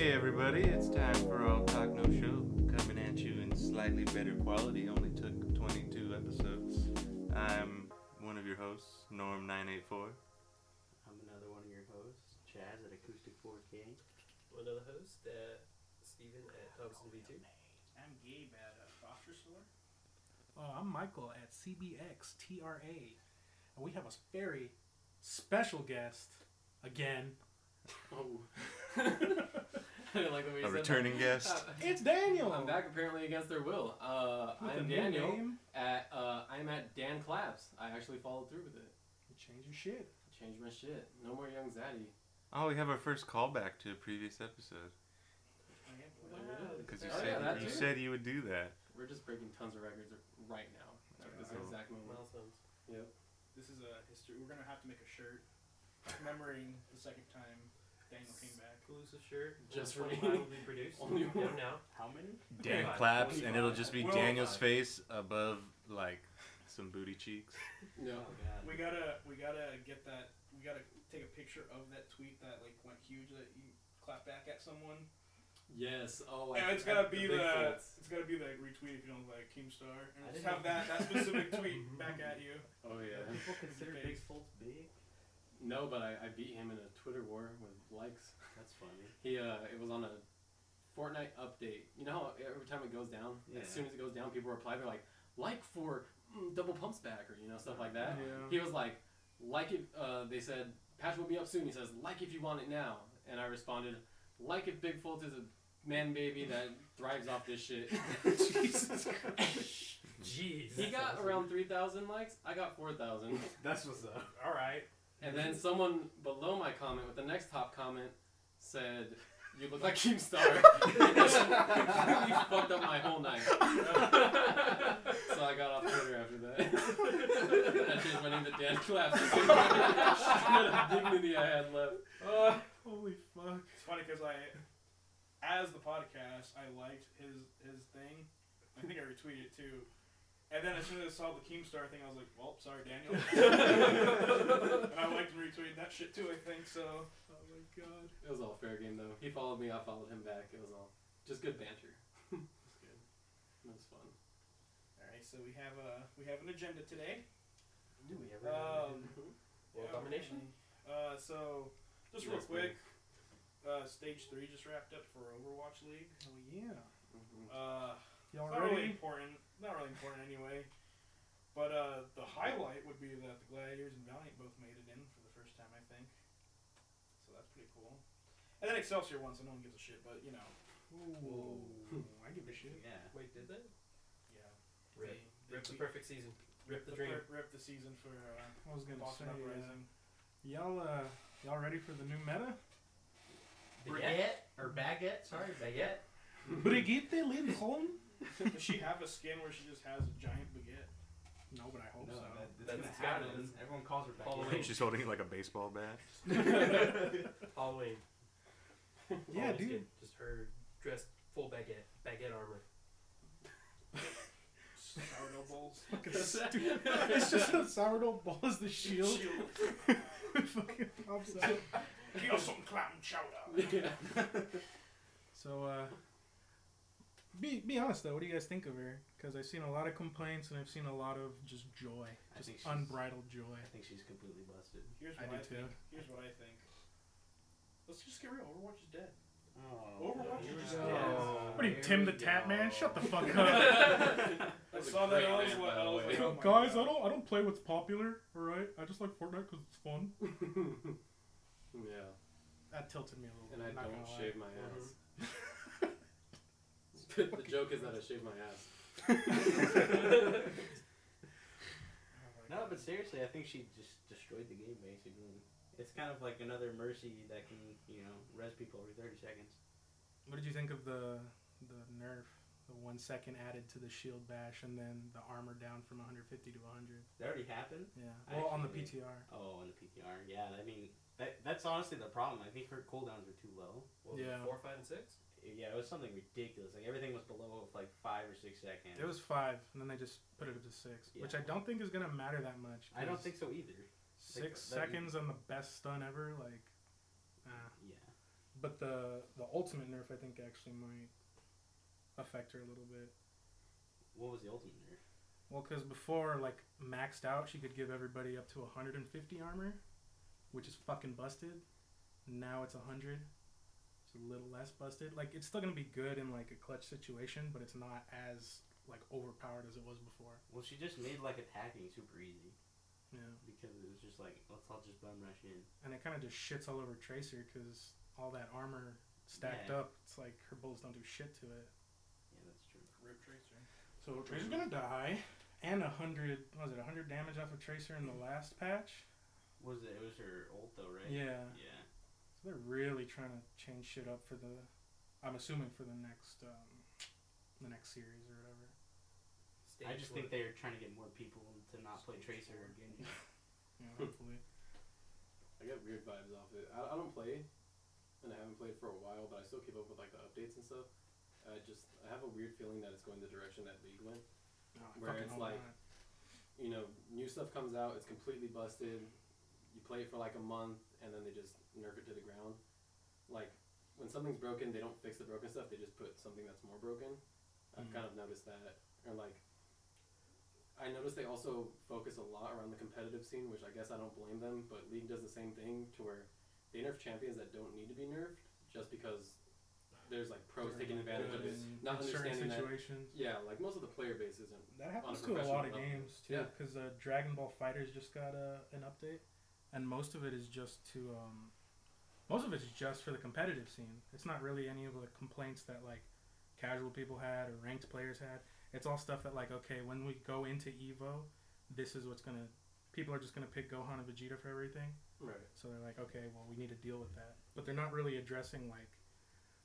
everybody. It's time for All Talk No Show, coming at you in slightly better quality. Only took 22 episodes. I'm one of your hosts, Norm984. I'm another one of your hosts, Chaz at Acoustic 4K. One other host, uh, Steven at Thompson V2. I'm Gabe at a Foster Store. Uh, I'm Michael at CBXTRA, and we have a very special guest again. Oh. I like the way you A said returning that. guest. It's Daniel. I'm back apparently against their will. Uh, With a I'm new Daniel. name. At, uh, I'm at Dan Claps. I actually followed through with it. Change your shit. Changed my shit. No more Young Zaddy. Oh, we have our first callback to a previous episode. I have- Wow. Because you, Oh, yeah, said, that you too. said you would do that. We're just breaking tons of records right now. At this Wow. exact Oh, moment. Milestones. Yep. This is a history. We're gonna have to make a shirt commemorating the second time Daniel came back. Exclusive shirt. Just Only for me. 25 will be produced. Only Get 'em one. now. How many? Dan Forty-five. claps, and it'll just be Well- Daniel's face above, like, some booty cheeks. No. Oh, God. We gotta, we gotta get that. We gotta take a picture of that tweet that like went huge that you clap back at someone. Yes. Oh, I and it's I- gotta be big the, fans. it's gotta be the retweet if you don't like Keemstar, I and just didn't have know- that that specific tweet back at you. Oh, yeah. People consider Big. Big Folds big? No, but I, I beat him in a Twitter war with likes. That's funny. He uh, it was on a Fortnite update. You know how every time it goes down, Yeah. as soon as it goes down, people reply. They're like, like for mm, double pumps back or you know stuff like that. He was like, like it. Uh, they said patch will be up soon. He says like if you want it now, and I responded like if Bigfoot is a man baby that thrives off this shit. Jesus Christ. Jeez. He got around three thousand likes. I got four thousand. That's what's up. All right. And then someone below my comment with the next top comment said, "You look like Keemstar." completely fucked up my whole night. so I got off Twitter after that. I changed my name to Dan Claps. The amount of dignity I had left. Uh, Holy fuck. It's funny because I, as the podcast, I liked his his thing. I think I retweeted it too. And then as soon as I saw the Keemstar thing, I was like, "Well, sorry, Daniel." and I liked and retweeted that shit too. I think so. Oh my god. It was all fair game though. He followed me. I followed him back. It was all just good banter. That's good. It was fun. All right, so we have a we have an agenda today. Do we ever Um, World yeah, domination? Uh, so just real Yes, quick, uh, stage three just wrapped up for Overwatch League. Oh yeah. Mhm. Uh, Y'all It's not really ready? important. Not really important anyway. But uh, the highlight would be that the Gladiators and Valiant both made it in for the first time, I think. So that's pretty cool. And then Excelsior won, so no one gives a shit. But you know, Ooh, I give a shit. Yeah. Wait, did they? yeah. Rip. They- Rip the they- perfect season. Rip the the dream. per- rip the season for uh, I was gonna Boston say, uh, Uprising. y'all uh, y'all ready for the new meta? Baguette? Or baguette? Sorry, baguette. Mm-hmm. Brigitte Lindholm? Does she have a skin where she just has a giant baguette? No, but Oh, I hope No, so. that, that's, That's- gonna it's gotta happen. happen. Everyone calls her Follow Becky. She's holding it like a baseball bat. Halloween. Yeah, Always dude. get Just her dressed full baguette, baguette armor. Sourdough bowls. Fucking stupid. it's just a sourdough ball as the shield. fucking pops out. Give us some clam chowder. Yeah. So, uh, be be honest though, what do you guys think of her? Because I've seen a lot of complaints and I've seen a lot of just joy, I just think she's- unbridled joy. I think she's completely busted. Here's I what do I, too. think. Here's what I think. Let's just get real. Overwatch is dead. Oh, Overwatch Here we is go. dead. What are you, Here Tim the we Tap Man? go. Shut the fuck up. That I was a saw that. great and I was like, rant, by the I was way. like, oh my Guys, I God. don't I don't play what's popular. All right, I just like Fortnite because it's fun. yeah. That tilted me a little. And bit, I I'm not don't gonna lie. Uh-huh. shave my ass. the joke is that I shave my ass. Oh my No, God. but seriously, I think she just destroyed the game basically. It's kind of like another mercy that can, you know, res people every thirty seconds. What did you think of the the nerf? The one second added to the shield bash and then the armor down from 150 to 100. That already happened. Yeah. I Well, on the actually- PTR. Oh, and the PTR. Yeah, I mean, that, that's honestly the problem. I think her cooldowns are too low. What was it, Yeah. Four, five, and six? Yeah, it was something ridiculous. Like everything was below like five or six seconds. It was five, and then they just put it up to six, which I Yeah. don't think is gonna matter that much. I don't 'cause think so either. six that- that- seconds on the best stun ever, like, uh, Yeah. but the the ultimate nerf I think actually might affect her a little bit. What was the ultimate nerf? Well, because before like maxed out, she could give everybody up to 150 armor, which is fucking busted. Now it's 100. It's a little less busted. Like it's still gonna be good in like a clutch situation, but it's not as like overpowered as it was before. Well, she just made like attacking super easy Yeah, because it was just like let's all just bum rush in. and it kind of just shits all over Tracer because all that armor stacked Yeah. up. It's like her bullets don't do shit to it. Yeah, that's true. Rip Tracer. So Tracer's gonna die, and a hundred what was it a hundred damage off of Tracer in the last patch? Was it? It was her ult though, right? Yeah. Yeah. So they're really trying to change shit up for the, I'm assuming for the next, um, the next series or whatever. Stage I just four. think they're trying to get more people to not play Stage Tracer four. again. You know, hopefully. I get weird vibes off it. I, I don't play, and I haven't played for a while, but I still keep up with like the updates and stuff. I just I have a weird feeling that it's going the direction that League went. No, I Where fucking it's hope like- not. You know, new stuff comes out, it's completely busted. You play it for like a month, and then they just nerf it to the ground. Like when something's broken, they don't fix the broken stuff; they just put something that's more broken. I've Mhm. kind of noticed that, or like. I noticed they also focus a lot around the competitive scene, which I guess I don't blame them, but League does the same thing to where they nerf champions that don't need to be nerfed just because there's like pros taking advantage of it, In not certain understanding that. situations. Yeah, like most of the player base isn't. That happens a to a lot of professional level. games too, Yeah. because uh, Dragon Ball Fighters just got uh, an update, and most of it is just to, um, most of it's just for the competitive scene. It's not really any of the complaints that like casual people had or ranked players had. It's all stuff that like, okay, when we go into Evo, this is what's gonna, people are just gonna pick Gohan and Vegeta for everything. Right. So they're like, okay, well, we need to deal with that. But they're not really addressing like,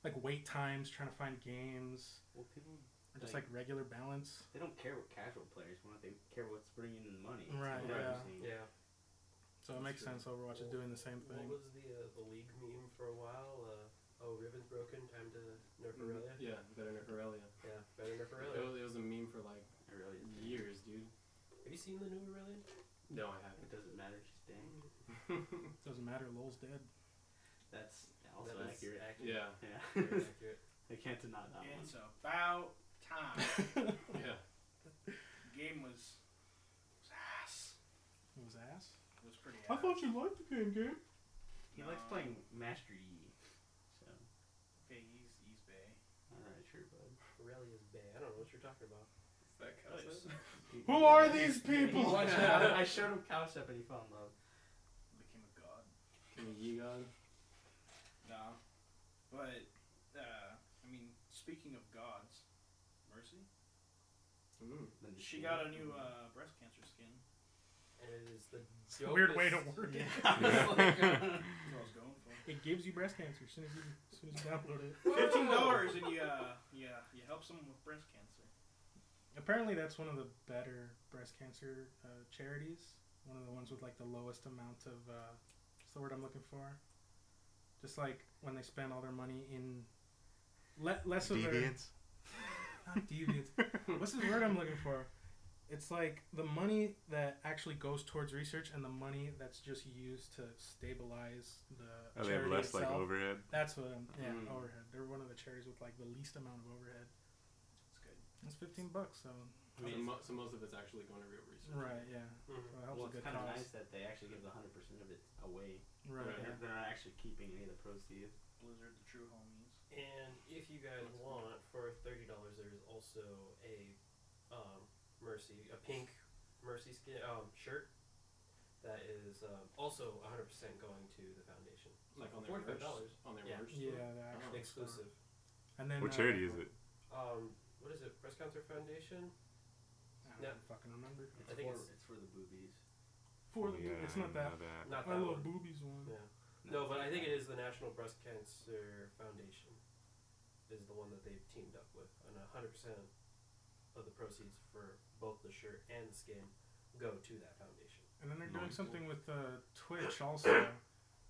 like wait times, trying to find games, Well, people or just like Like- regular balance. they don't care what casual players want. They care what's bringing in money. It's Right, what yeah. I'm seeing. Yeah. So it makes sense. Overwatch is doing the same thing. What was the uh, the league meme for a while? Uh, oh, Riven's broken. Time to nerf Mm-hmm. Aurelia. Yeah, better nerf Aurelia. Yeah, better nerf It Aurelia. was, it was a meme for like It really is. years, dude. Have you seen the new Aurelia? No, I It doesn't matter. Just dang. haven't. Doesn't matter. Lol's dead. That's also That is accurate. accurate. yeah, Yeah. Very accurate. they can't deny that one. It's about Ah. time. yeah. game was, was ass. It was ass. It was pretty I ass. thought you liked the game, game. He likes No. playing Master Yi. So, Hey, he's, he's bae. all right, sure, bud. Aurelia's bay. I don't know what you're talking about. Is that cuss? Who are these He people? watched Cow- I showed him Cowstep and he fell in love. Became a god. Can we ye god? No. But, uh, I mean, speaking of gods, Mercy? Mm. Then just She came got up a new and- uh, breast cancer skin. And it is the It's a weird way to dopest- word it. Yeah. That's what I was going for. It gives you breast cancer as soon as you, as soon as you download it. Fifteen dollars and you uh yeah you help someone with breast cancer. Apparently, that's one of the better breast cancer uh, charities. One of the ones with like the lowest amount of uh, what's the word I'm looking for? Just like when they spend all their money in le- less of their Deviants. not deviant. What's the word I'm looking for? It's like the money that actually goes towards research and the money that's just used to stabilize the Oh, they have charity less like itself. overhead. That's what I'm, yeah, Mm. overhead. They're one of the charities with like the least amount of overhead. It's good. It's 15 bucks, so I so, mean, mo- so most of it's actually going to real research. right, yeah. Mhm. So it helps a well, it's good kind of cause. nice that they actually give the hundred percent of it away. Right. Right. yeah. They're- They're not actually keeping any of the proceeds. Blizzard, the true homies. And if you guys want, for thirty dollars, there is also a um, mercy, a pink mercy skin um, shirt that is um, also one hundred percent going to the foundation. Like on their merch. $45. On their Yeah. merch. Yeah, store? the actual store. exclusive. And then What uh, charity is it? Um, what is it? Breast Cancer Foundation. I don't No. fucking remember. It's I think for it's- it's for the boobies. For the Oh, Yeah, it's I not that. know that. Not My that little one. boobies one. Yeah. No, but I think it is the National Breast Cancer Foundation is the one that they've teamed up with, and hundred percent of the proceeds for both the shirt and the skin go to that foundation. And then they're doing Nice. something with uh, Twitch also,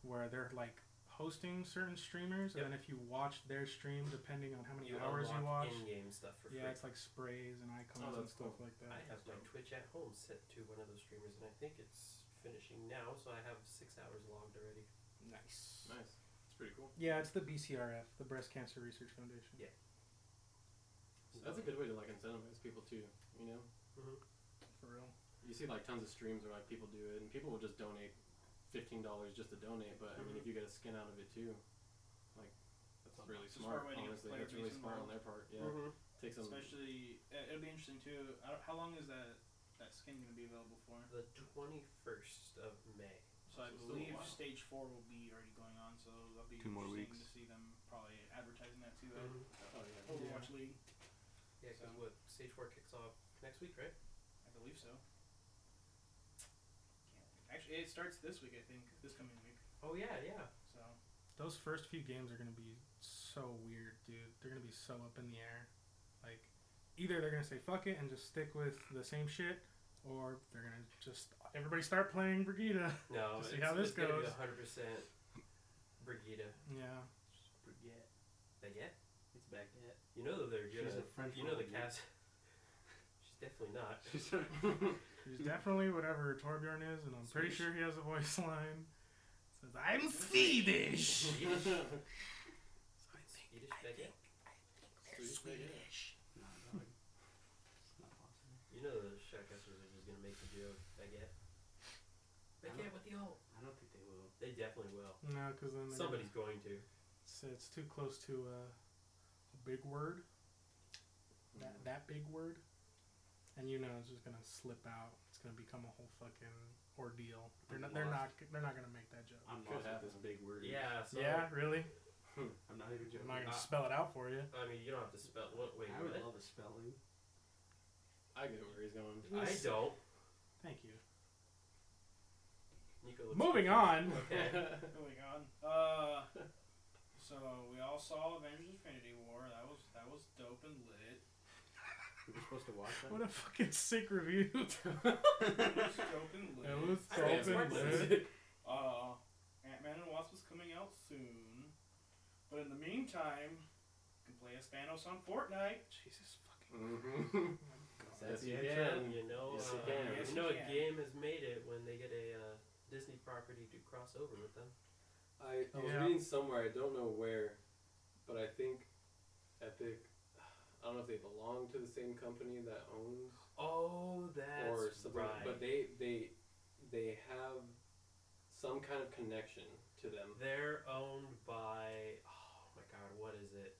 where they're like hosting certain streamers, and then if you watch their stream, depending on how many hours you watch, unlock in-game stuff for yeah, free. it's like sprays and icons Oh, and that's stuff cool. like that. I have my Twitch at home set to one of those streamers, and I think it's finishing now, so I have six hours logged already. nice. Nice. It's pretty cool. Yeah, it's the BCRF, the Breast Cancer Research Foundation. Yeah. So that's a good way to like incentivize people too. You know, For real. you see like tons of streams where like people do it, and people will just donate fifteen dollars just to donate. But I mean, if you get a skin out of it too, like that's It's really a smart smart. way to get Honestly, player that's really base smart on involved. their part. Yeah, Mm-hmm. take some. Especially, uh, it'll be interesting too. I don't, how long is that that skin gonna be available for? The twenty first of May. So I So still a believe while. stage four will be already going on, so that'll be Two more interesting weeks. to see them probably advertising that too. Mhm. Oh yeah. Overwatch League, Yeah, because So- what stage four kicks off next week, right? I believe so. Can't- Actually, it starts this week, I think, this coming week. Oh yeah, yeah. So Those first few games are going to be so weird, dude. They're going to be so up in the air. Like, either they're going to say fuck it and just stick with the same shit, or they're going to just everybody start playing Brigida. No, To see it's, how this it's gonna be goes. one hundred percent Brigida Yeah. Baguette. baguette. It's baguette. You know that they're She's gonna. a French you know the woman, yeah. cast. She's definitely not. There's definitely whatever Torbjorn is, and I'm pretty Swedish. sure he has a voice line. Says, I'm Swedish! so I think, Swedish I think baguette. they're Swedish. no, dog. It's not possible. You know the shoutcasters are just gonna make the joke baguette. Baguette with the old. I don't think they will. They definitely will. No, because then they're Somebody's going to. It's, it's too close to uh, a big word. That Mm-hmm. that big word, and you know it's just gonna slip out. It's gonna become a whole fucking ordeal. They're not. They're not. They're not gonna make that joke. I'm Could lost at this big word. Yeah. So, yeah, really. I'm not even I'm joking. not gonna Uh, spell it out for you. I mean, you don't have to spell. What? Wait. I would What? love a spelling. I get where he's going. I don't. Thank you. Nico looks confused. Moving on. Okay. moving on. Uh, so we all saw Avengers: Infinity War. That was that was dope and lit. We were supposed to watch that. What a fucking sick review. It was dope and lit. it was I so think it's open, worthless. dude. Uh, Ant Man and Wasp is coming out soon. But in the meantime, you can play as Thanos on Fortnite. Jesus fucking. Mm-hmm. That's Yes, you the can. You know, Yes, uh, you can. Yes, you know, you a can. game has made it when they get a uh, Disney property to cross over with them. I, I was Yeah. reading somewhere, I don't know where, but I think Epic, I don't know if they belong to the same company that owns Oh, that's or something, right. but they they they have some kind of connection to them. They're owned by oh my god, what is it?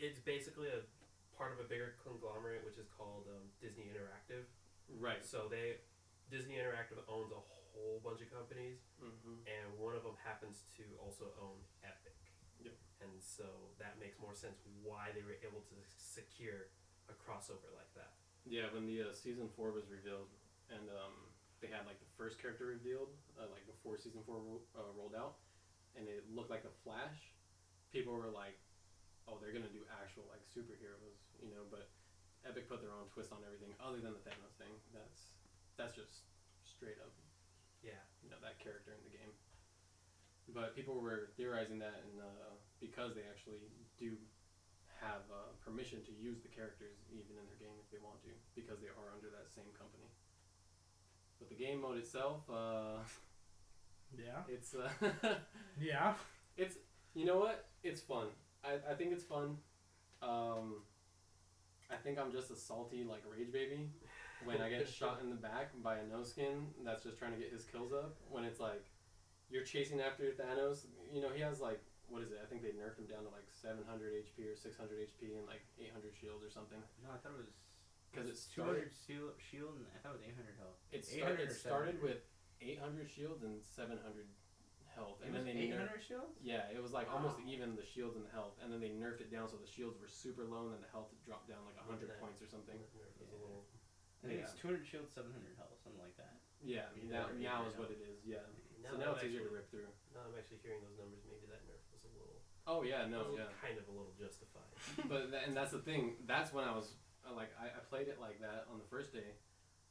It's basically a part of a bigger conglomerate which is called um, Disney Interactive. Right. So they Disney Interactive owns a whole bunch of companies, Mm-hmm. and one of them happens to also own Epic. Yep. And so that makes more sense why they were able to secure a crossover like that. Yeah, when the uh, season four was revealed, and um, they had like the first character revealed, uh, like before season four ro- uh, rolled out, and it looked like the Flash. People were like, "Oh, they're gonna do actual like superheroes," you know. But Epic put their own twist on everything, other than the Thanos thing. That's that's just straight up, Yeah. you know, that character in the game. But people were theorizing that, and uh, because they actually do have uh, permission to use the characters even in their game if they want to, because they are under that same company. But the game mode itself, uh, Yeah. it's uh, Yeah. it's you know what? It's fun. I, I think it's fun. Um, I think I'm just a salty like rage baby when I get shot in the back by a no skin that's just trying to get his kills up. When it's like you're chasing after Thanos, you know he has like what is it? I think they nerfed him down to like 700 HP or 600 HP and like 800 shield or something. No, I thought it was. 'Cause it two started- hundred shield, shield, and I thought it was eight hundred health. It, 800 start, it started or with 800 shields and 700 health, 700. and then they It was eight nerfed. hundred shields. Yeah, it was like almost even the shields and the health, and then they nerfed it down so the shields were super low, and then the health dropped down like 100 Yeah. points or something. There's a Yeah. little- I Yeah. think it's two hundred shield, seven hundred health, something like that. Yeah, now, Yeah, they're now easier is now. what it is, yeah. now so that now I'm it's easier actually- to rip through. Now I'm actually hearing those numbers. Maybe that nerf was a little, Oh, yeah, no, was yeah. kind of a little justified. but tha- and that's the thing. That's when I was uh, like, I, I played it like that on the first day,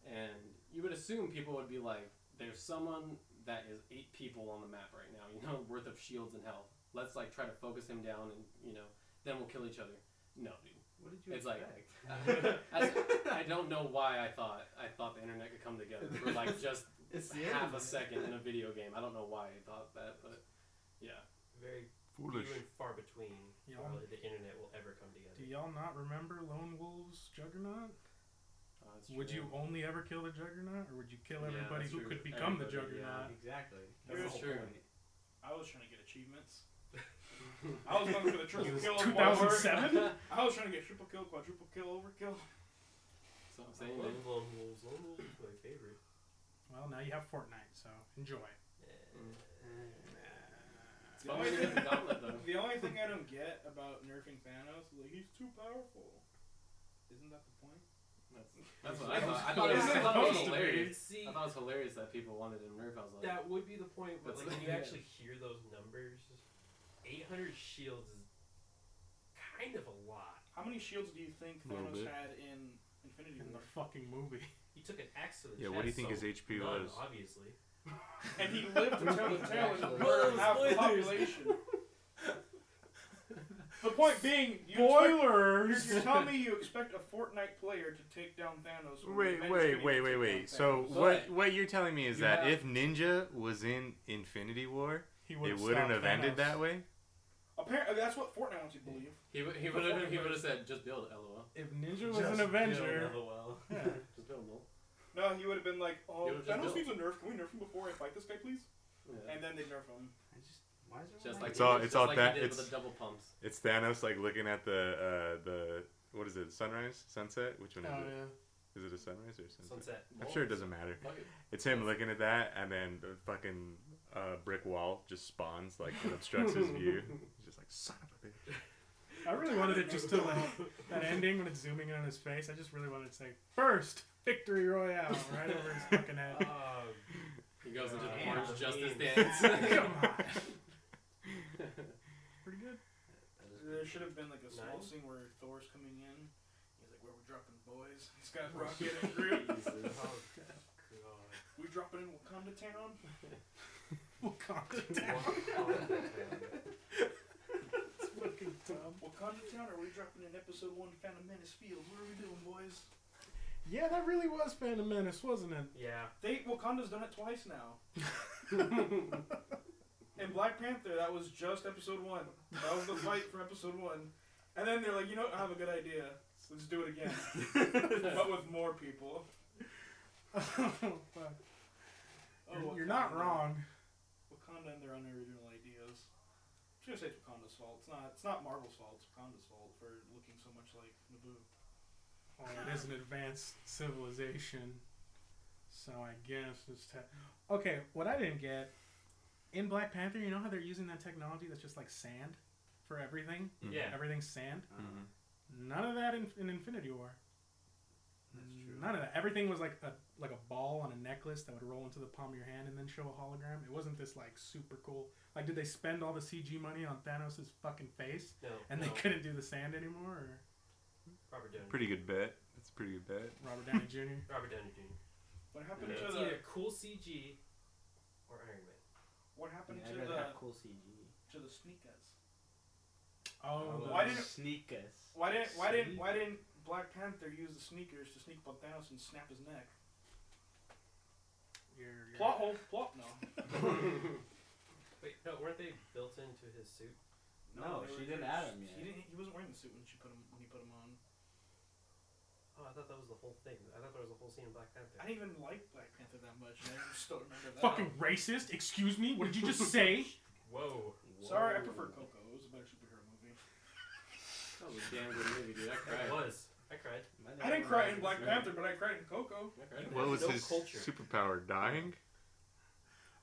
and you would assume people would be like, "There's someone that is eight people on the map right now, you know, worth of shields and health. Let's like try to focus him down, and you know, then we'll kill each other." No, dude. What did you It's like- expect? I, I don't know why I thought I thought the internet could come together for like just it's the half a internet. second in a video game. I don't know why I thought that, but yeah, Foolish. few and far between Yeah. where really the internet will ever come Do together. y'all not remember Lone Wolves Juggernaut? Uh, that's Would true. you only ever kill the Juggernaut, or would you kill Yeah, everybody that's who true. could become the Everybody, yeah. Juggernaut? Exactly. Here's- the whole Sure. point. I was trying to get achievements. I was going for the triple Was kill. this whatever. 2007? I was trying to get triple kill, quadruple kill, overkill. So I'm I saying, love man. Lone Wolves. Lone Wolves is my favorite. Well, now you have Fortnite, so enjoy. It's The fun only, when you're in the thing, gauntlet, though. the only thing I don't get about nerfing Thanos is like he's too powerful. Isn't that the point? That's, that's what I thought. I thought it was, It's I thought it was supposed to be. hilarious. See, I thought it was hilarious that people wanted to nerf. I was like, that would be the point, but That's like when you yeah. actually hear those numbers, 800 shields is kind of a lot. How many shields do you think Little bit. Thanos had in Infinity In the War? fucking movie. He took an axe to the Yeah, chest. what do you think so his HP none, was? Obviously. and he lived to tell the tale and Actually. murdered half the Spoilers. population. the point being, you expect, you're, Spoilers. you're telling me you expect a Fortnite player to take down Thanos. when Wait, Avengers wait, couldn't wait, even wait, take wait. down So Thanos. what? What you're telling me is You that have- if Ninja was in Infinity War, He it would've wouldn't stopped have ended Thanos. that way. apparently that's what Fortnite wants you to believe. he would he would have he would have said, just build, lol. If Ninja was Just an Avenger, LOL. yeah. Just build, lol. No, he would have been like, "Oh, He would've just Thanos built. needs a nerf. Can we nerf him before I fight this guy, please?" Yeah. And then they nerf him. I just why is everyone Just like like It's he- all- just it's all like that- he did it's- with the double pumps. It's Thanos like looking at the uh, the what is it? Sunrise, sunset? Which one is Uh, it? Is it a sunrise or a sunset? Sunset. I'm sure it doesn't matter. Fuck it. It's him looking at that, and then the fucking uh, brick wall just spawns like and obstructs his view. He's just like son of a bitch. I really wanted it just to like that ending when it's zooming in on his face. I just really wanted to say first victory royale right over his fucking head. Um, He goes into the Yeah. orange justice Yeah. dance. Come on, pretty good. There should have been like a small Nine? scene where Thor's coming in. He's like, "Where we dropping boys?" He's got Rocket and Groot. oh, God. We dropping in Wakanda town. Wakanda Wow. town. It's fucking dumb. Wakanda town. Are we dropping in Episode One, Phantom Menace Field? What are we doing, boys? Yeah, that really was Phantom Menace, wasn't it? yeah. They Wakanda's done it twice now. In Black Panther, that was just Episode One. That was the fight for Episode One. And then they're like, "You know, what? I have a good idea. Let's do it again, but with more people." Fuck. You're, you're not Oh, Wakanda. wrong. Wakanda and their unoriginal ideas. I'm just gonna say it's Wakanda's fault. It's not. It's not Marvel's fault. It's Wakanda's fault for looking so much like Naboo. Well, it is an advanced civilization, so I guess it's te- okay. What I didn't get in Black Panther, you know how they're using that technology that's just like sand for everything. Hmm. Yeah. Everything's sand. Mhm. None of that in, in Infinity War. That's true. None of that. Everything was like a like a ball on a necklace that would roll into the palm of your hand and then show a hologram. It wasn't this like super cool. Like, did they spend all the CG money on Thanos' fucking face No. and no. they couldn't do the sand anymore? Or Robert Downey. Pretty good bet. That's a pretty good bet. Robert Downey Jr. Robert Downey Jr. What happened It's to the? either cool CG or Iron Man. What happened I'd to rather the? have cool CG. To the sneakers. Oh, Why the- didn't- sneak us? Why didn't? Why didn't? Why didn't Black Panther use the sneakers to sneak up on Thanos and snap his neck? you're- you're- Plot hole. Plot no. Wait, no, weren't they built into his suit? No, they she were- didn't add He him yet. didn't. He wasn't wearing the suit when she put him. When he put him on. Oh, I thought that was the whole thing. I thought there was a whole scene in Black Panther. I didn't even like Black Panther that much. and I still remember that. Fucking racist! Excuse me. What did you just say? Whoa. Sorry, I Whoa. prefer Coco. It was a better superhero movie. That was a damn good movie, dude. I It cried. was. I cried. I My dad didn't cry was in Black concerned. Panther, but I cried in Coco. I cried. What was No his culture. superpower? Dying?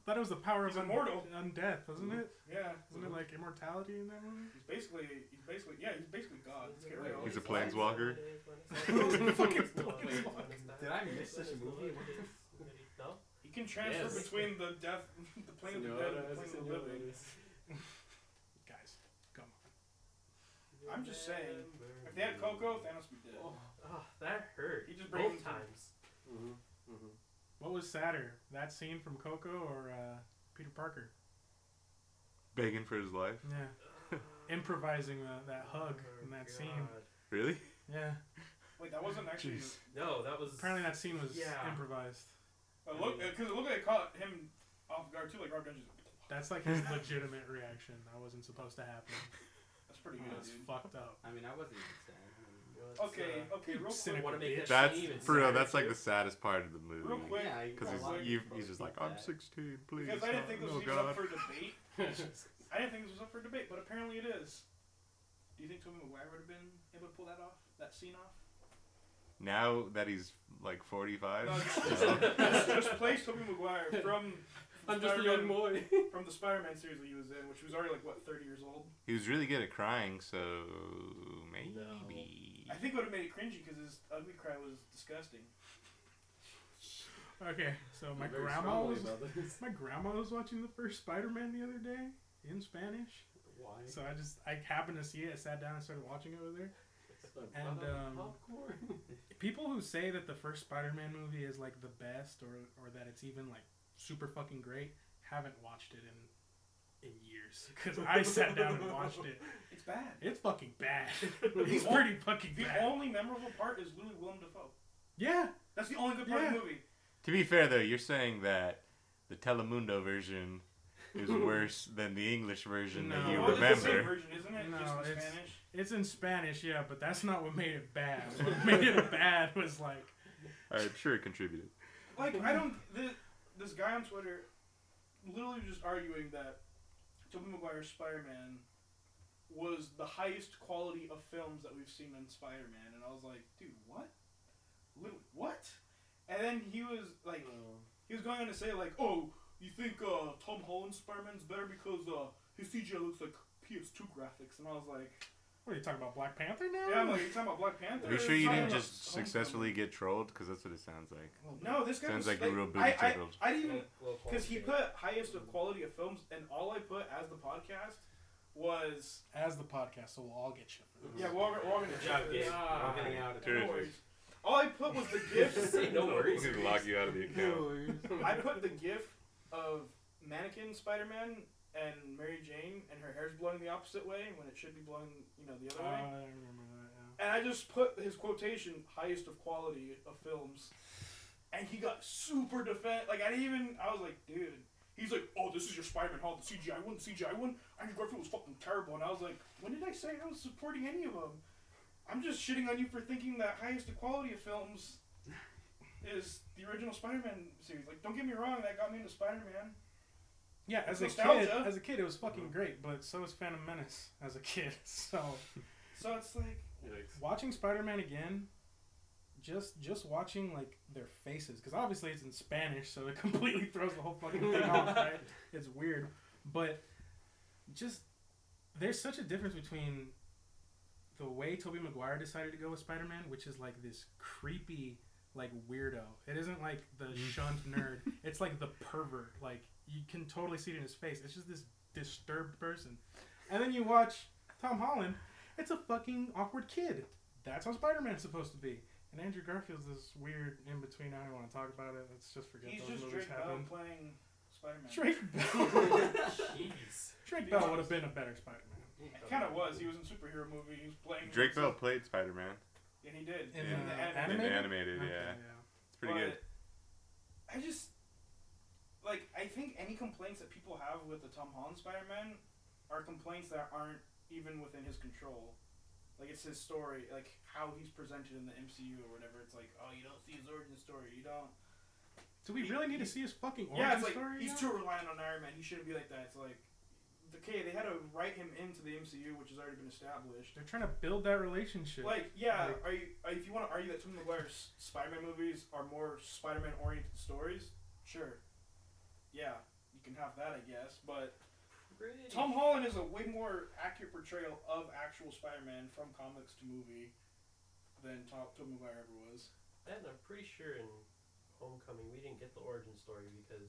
Thought it was the power He's of un- immortal. Mm-hmm. undeath, wasn't it? Yeah, Wasn't it like immortality in that movie? he's basically, he's basically, yeah, he's basically God. It's scary. He's a planeswalker. Fucking Did I miss this movie? What the No? He can transfer Yes. between the death, the plane of the dead, and the plane of the living. Guys, come on. I'm just saying, If they had Coco, Thanos would be dead. Oh, that hurt. He just brings Both it. times. Mm-hmm. Mm-hmm. What was sadder, that scene from Coco or uh, Peter Parker? Begging for his life. Yeah, improvising the, that hug in that scene. Oh God. Really? Yeah, Wait, that wasn't actually. Jeez. No, that was. apparently that scene was Yeah. improvised. uh, But look, because it looked like it caught him off guard too. Like Rob Dungeon's. That's like his legitimate reaction. That wasn't supposed to happen. That's pretty good, That's dude. fucked up. I mean, I wasn't even sad. I mean, Okay, okay, real quick. Cynical Want to make bitch. that That's shit even for real. sadder, That's like too. the saddest part of the movie. Real quick, yeah, Because Because he's- he's, you- he's just like, I'm 16, please. Because I didn't think this oh, was even God. up for debate. I didn't think this was up for debate, but apparently it is. Do you think Tommy Maguire would have been able to pull that off? That scene off? Now that he's like 45. No, just, so- just, just place Tobey Maguire from I'm just a Spider-Man- young boy. from the Spider-Man series that he was in, which he was already like what 30 years old. he was really good at crying, so maybe. I think it would have made it cringy because his ugly cry was disgusting. Okay, so my I'm very grandma strongly was about this. my grandma was watching the first Spider-Man the other day in Spanish. why? So I just I happened to see it. I sat down and started watching it with her. And, um, popcorn. People who say that the first Spider-Man movie is like the best, or or that it's even like super fucking great, haven't watched it in in years. Because I sat down and watched it. It's bad. It's fucking bad. It's pretty fucking The bad. only memorable part is Louis Willem Dafoe. Yeah, That's the only good part of the movie. To be fair, though, you're saying that the Telemundo version is worse than the English version that No. you Well, It's the same remember. version, isn't it? No, Just in it's- Spanish. it's in Spanish, yeah, but that's not what made it bad. What made it bad was like I'm sure it contributed. Like I don't. This, this guy on Twitter literally was just arguing that Tobey Maguire's Spider-Man was the highest quality of films that we've seen in Spider-Man, and I was like, dude, what? Literally, what? And then he was like, he was going on to say like, oh, you think uh, Tom Holland's Spider-Man's better because uh, his CGI looks like PS2 graphics, and I was like, What are you talking about, Black Panther now? yeah, I'm like, you're talking about Black Panther. Are you You're sure you talking didn't about just Homecoming." successfully get trolled? Because that's what it sounds like. No, this guy Sounds was like like, you were booby I, I, tickled. I didn't even Low- low Because he quality. put highest of quality of films, and all I put as the podcast was As the podcast, so we'll all get shit for this. yeah. We're, all gonna- we're all gonna Good job, check Gabe. this. I'm Ah, getting out of Dude. no worries. All I put was the gif. No worries. We're gonna lock you out of the account. I put the gif of mannequin Spider Man and Mary Jane, and her hair's blowing the opposite way when it should be blowing, you know, the Uh, other I way. remember that. Yeah. And I just put his quotation, highest of quality of films. And he got super defend. Like, I didn't even. I was like, dude. He's like, oh, this is your Spider Man Hall, the CGI one, the CGI one. I think Garfield was fucking terrible. And I was like, when did I say I was supporting any of them? I'm just shitting on you for thinking that highest of quality of films is the original Spider Man series. Like, don't get me wrong, that got me into Spider Man. Yeah, as a kid, Nostalgia. as a kid, it was Mm-hmm. fucking great. But so was Phantom Menace as a kid. So So it's like, Yikes. watching Spider Man again, just just watching like their faces, because obviously it's in Spanish, so it completely throws the whole fucking thing off. Right? It's weird, but just there's such a difference between the way Tobey Maguire decided to go with Spider Man, which is like this creepy like weirdo. It isn't like the shunned nerd. It's like the pervert. Like you can totally see it in his face. It's just this disturbed person. And then you watch Tom Holland. It's a fucking awkward kid. That's how Spider Man's supposed to be. And Andrew Garfield's this weird in between. I don't want to talk about it. Let's just forget he's those just movies Drake Bell happened. playing Spider Man. Drake Bell. Jeez. Drake Bell would have been a better Spider It kind of was. He was in superhero movie. He was playing. Drake Bell played Spider Man. And he did. Man. In Yeah. the In anime. the Animated? animated, Okay, yeah. It's pretty But good. I just like I think any complaints that people have with the Tom Holland Spider-Man are complaints that aren't even within his control. Like it's his story, like how he's presented in the MCU or whatever. It's like, oh, you don't see his origin story. You don't. Do we really need to see his fucking origin yeah, it's like story? he's now? too reliant on Iron Man. He shouldn't be like that. It's like, okay, they had to write him into the MCU, which has already been established. They're trying to build that relationship. Like, yeah, Like- are you, are, if you want to argue that Tobey Maguire's Spider-Man movies are more Spider-Man oriented stories, sure. Yeah, you can have that, I guess. But Pretty. Tom Holland is a way more accurate portrayal of actual Spider-Man from comics to movie than Tom Tobey Maguire ever was. And I'm pretty sure in Homecoming we didn't get the origin story because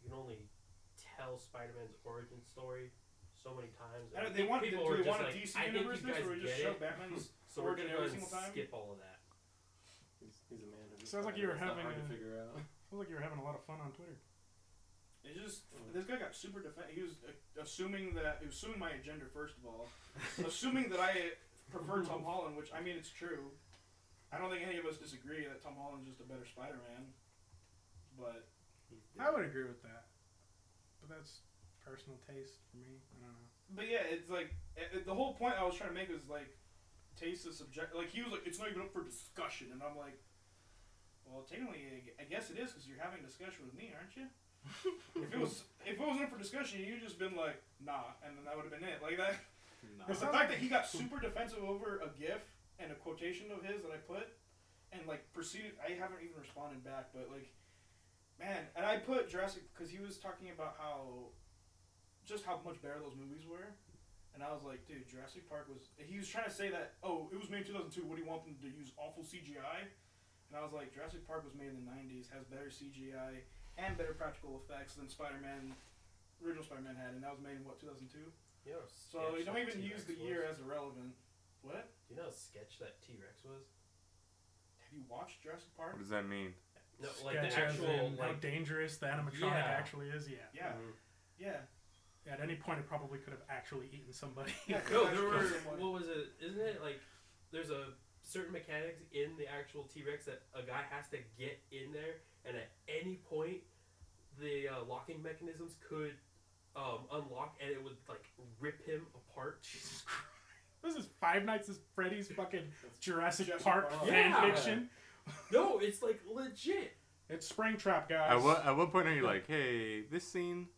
you can only tell Spider-Man's origin story so many times. I and don't, think they want, do people were they want a just like, I think DC you universe this, guys or we just get show it, Batman's? so we're origin gonna go and every single time? skip all of that. He's, he's a man. who just Sounds like died. you were It's not having hard a- to figure out. Sounds like you were having a lot of fun on Twitter. It just this guy got super defensive. He was uh, assuming that he was assuming my agenda first of all, assuming that I prefer Tom Holland, which I mean it's true. I don't think any of us disagree that Tom Holland's just a better Spider-Man, but He's I would agree with that, but that's personal taste for me. I don't know. But yeah, it's like it, it- the whole point I was trying to make was like taste is subject. Like he was like, it's not even up for discussion, and I'm like, well, technically, I gu- I guess it is because you're having a discussion with me, aren't you? if it was if it wasn't up for discussion, you'd just been like, nah, and then that would have been it. Like that. Nah. It's the fact that he got super defensive over a gif and a quotation of his that I put, and like proceeded. I haven't even responded back, but like, man, and I put Jurassic because he was talking about how, just how much better those movies were, and I was like, dude, Jurassic Park was. He was trying to say that oh, it was made in two thousand two. What do you want them to use awful CGI? And I was like, Jurassic Park was made in the nineties, has better CGI and better practical effects than Spider Man, original Spider Man had, and that was made in what two thousand two. You know, So you don't even use the year as irrelevant. What? Do you know how sketch that T Rex was? Have you watched Jurassic Park? What does that mean? No, like the Sketch as actual in how like dangerous the animatronic Yeah. actually is. Yeah. Yeah, yeah. At any point, it probably could have actually eaten somebody. yeah No, that's there were. just someone- What was it? Isn't it like there's a certain mechanics in the actual T Rex that a guy has to get in there, and at any point, the uh, locking mechanisms could um, unlock, and it would like rip him apart. Jesus Christ. This is Five Nights at Freddy's fucking Jurassic, Jurassic Park Park. fan Yeah. fiction. no, it's like legit. It's Springtrap, guys. At what at what point are you like, hey, this scene,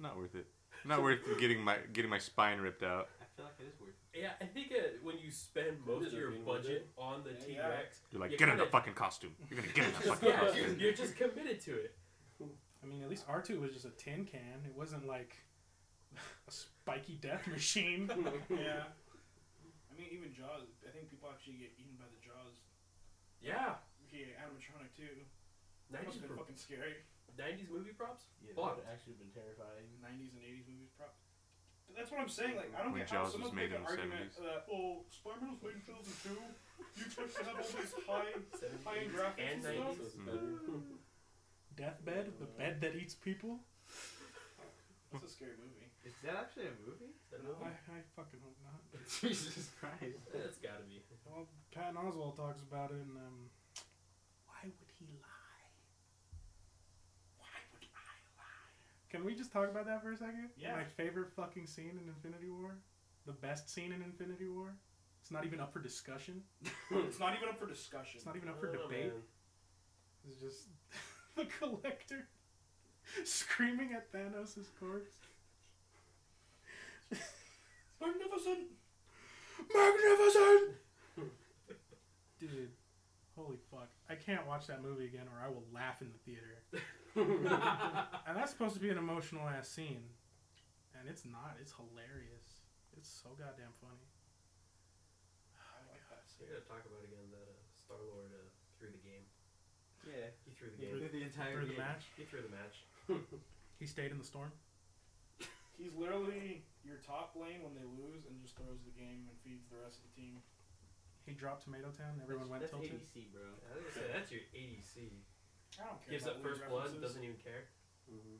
not worth it, not worth getting my getting my spine ripped out. I feel like it is weird. Yeah, I think uh, when you spend most is of a your mean budget on the T Yeah. Rex, You're like, You get in the kinda- fucking costume. You're gonna get in the fucking yeah, costume. you're, you're just committed to it. I mean, at least R two was just a tin can. It wasn't like a spiky death machine. Yeah. I mean, even Jaws. I think people actually get eaten by the Jaws. Yeah, Yeah, animatronic too. That nineties must have been fucking scary. nineties movie props. Yeah, Fuck. that would actually have been terrifying. Nineties and eighties movies, probably. But that's what I'm saying. Like, I don't When get how Jaws was someone made make an in the argument 70s. that oh, Spider-Man was made in 2002. You expect to have all these high, high 70s graphics and and stuff. 90s. Deathbed, the bed that eats people. That's a scary movie. Is that actually a movie? I, I fucking hope not. Jesus Christ. That's gotta be. Well, Patton Oswald talks about it, and um, why would he lie? Why would I lie? Can we just talk about that for a second? Yeah. My favorite fucking scene in Infinity War, the best scene in Infinity War. It's not even up for discussion. It's not even up for discussion. It's not even up for I don't know, debate. man. It's just the collector screaming at Thanos' corpse. Magnificent. Magnificent! Dude, holy fuck. I can't watch that movie again or I will laugh in the theater. and that's supposed to be an emotional ass scene. And it's not. It's hilarious. It's so goddamn funny. We gotta talk about again that uh, Star Lord uh, threw the game. Yeah. He threw the Yeah. game. Through the entire Through the game. match, He threw the match. he stayed in the storm. He's literally your top lane when they lose and just throws the game and feeds the rest of the team. He dropped Tomato Town. Everyone went That's tilted. ADC, bro. I was gonna say, that's your ADC. I don't care. Gives about up first league blood, references. doesn't even care. Mm-hmm.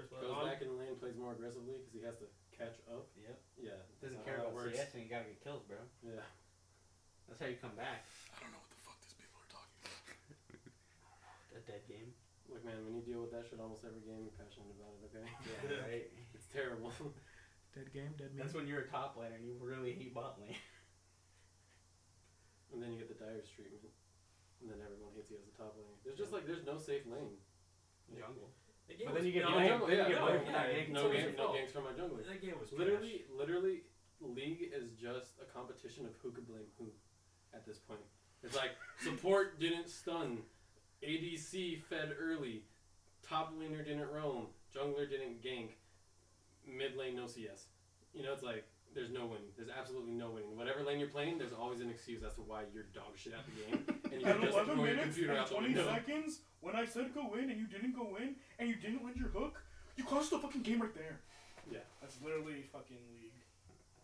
First blood. Um, Goes on. back in the lane, plays more aggressively because he has to catch up. Yep. Yeah. that's Doesn't not care how it about works. CS and you gotta get kills, bro. Yeah. That's how you come back. I don't know what the fuck these people are talking A about. dead game. Look, man, when you deal with that shit almost every game, you're passionate about it, okay? Yeah, right. It's terrible. Dead game, dead meme. That's when you're a top laner and you really hate bot lane. and then you get the Dyer's treatment. And then everyone hates you as a top lane. There's just like, there's no safe lane. Jungle. The game But was- then you get no, blamed. no, jungle, yeah, you no, get blamed for yeah, that. it's No, always gank, your no fault. ganks from my jungler. That game was Literally, literally, League is just a competition of who could blame who at this point. It's like support didn't stun, ADC fed early, top laner didn't roam, jungler didn't gank, mid lane no CS. You know, it's like there's no winning. There's absolutely no winning. Whatever lane you're playing, there's always an excuse as to why you're dog shit at the game, and you At can just 11 throw your minutes computer and out the 20 window. seconds, when I said go in and you didn't go in and you didn't land your hook, you caused the fucking game right there. Yeah. That's literally fucking league.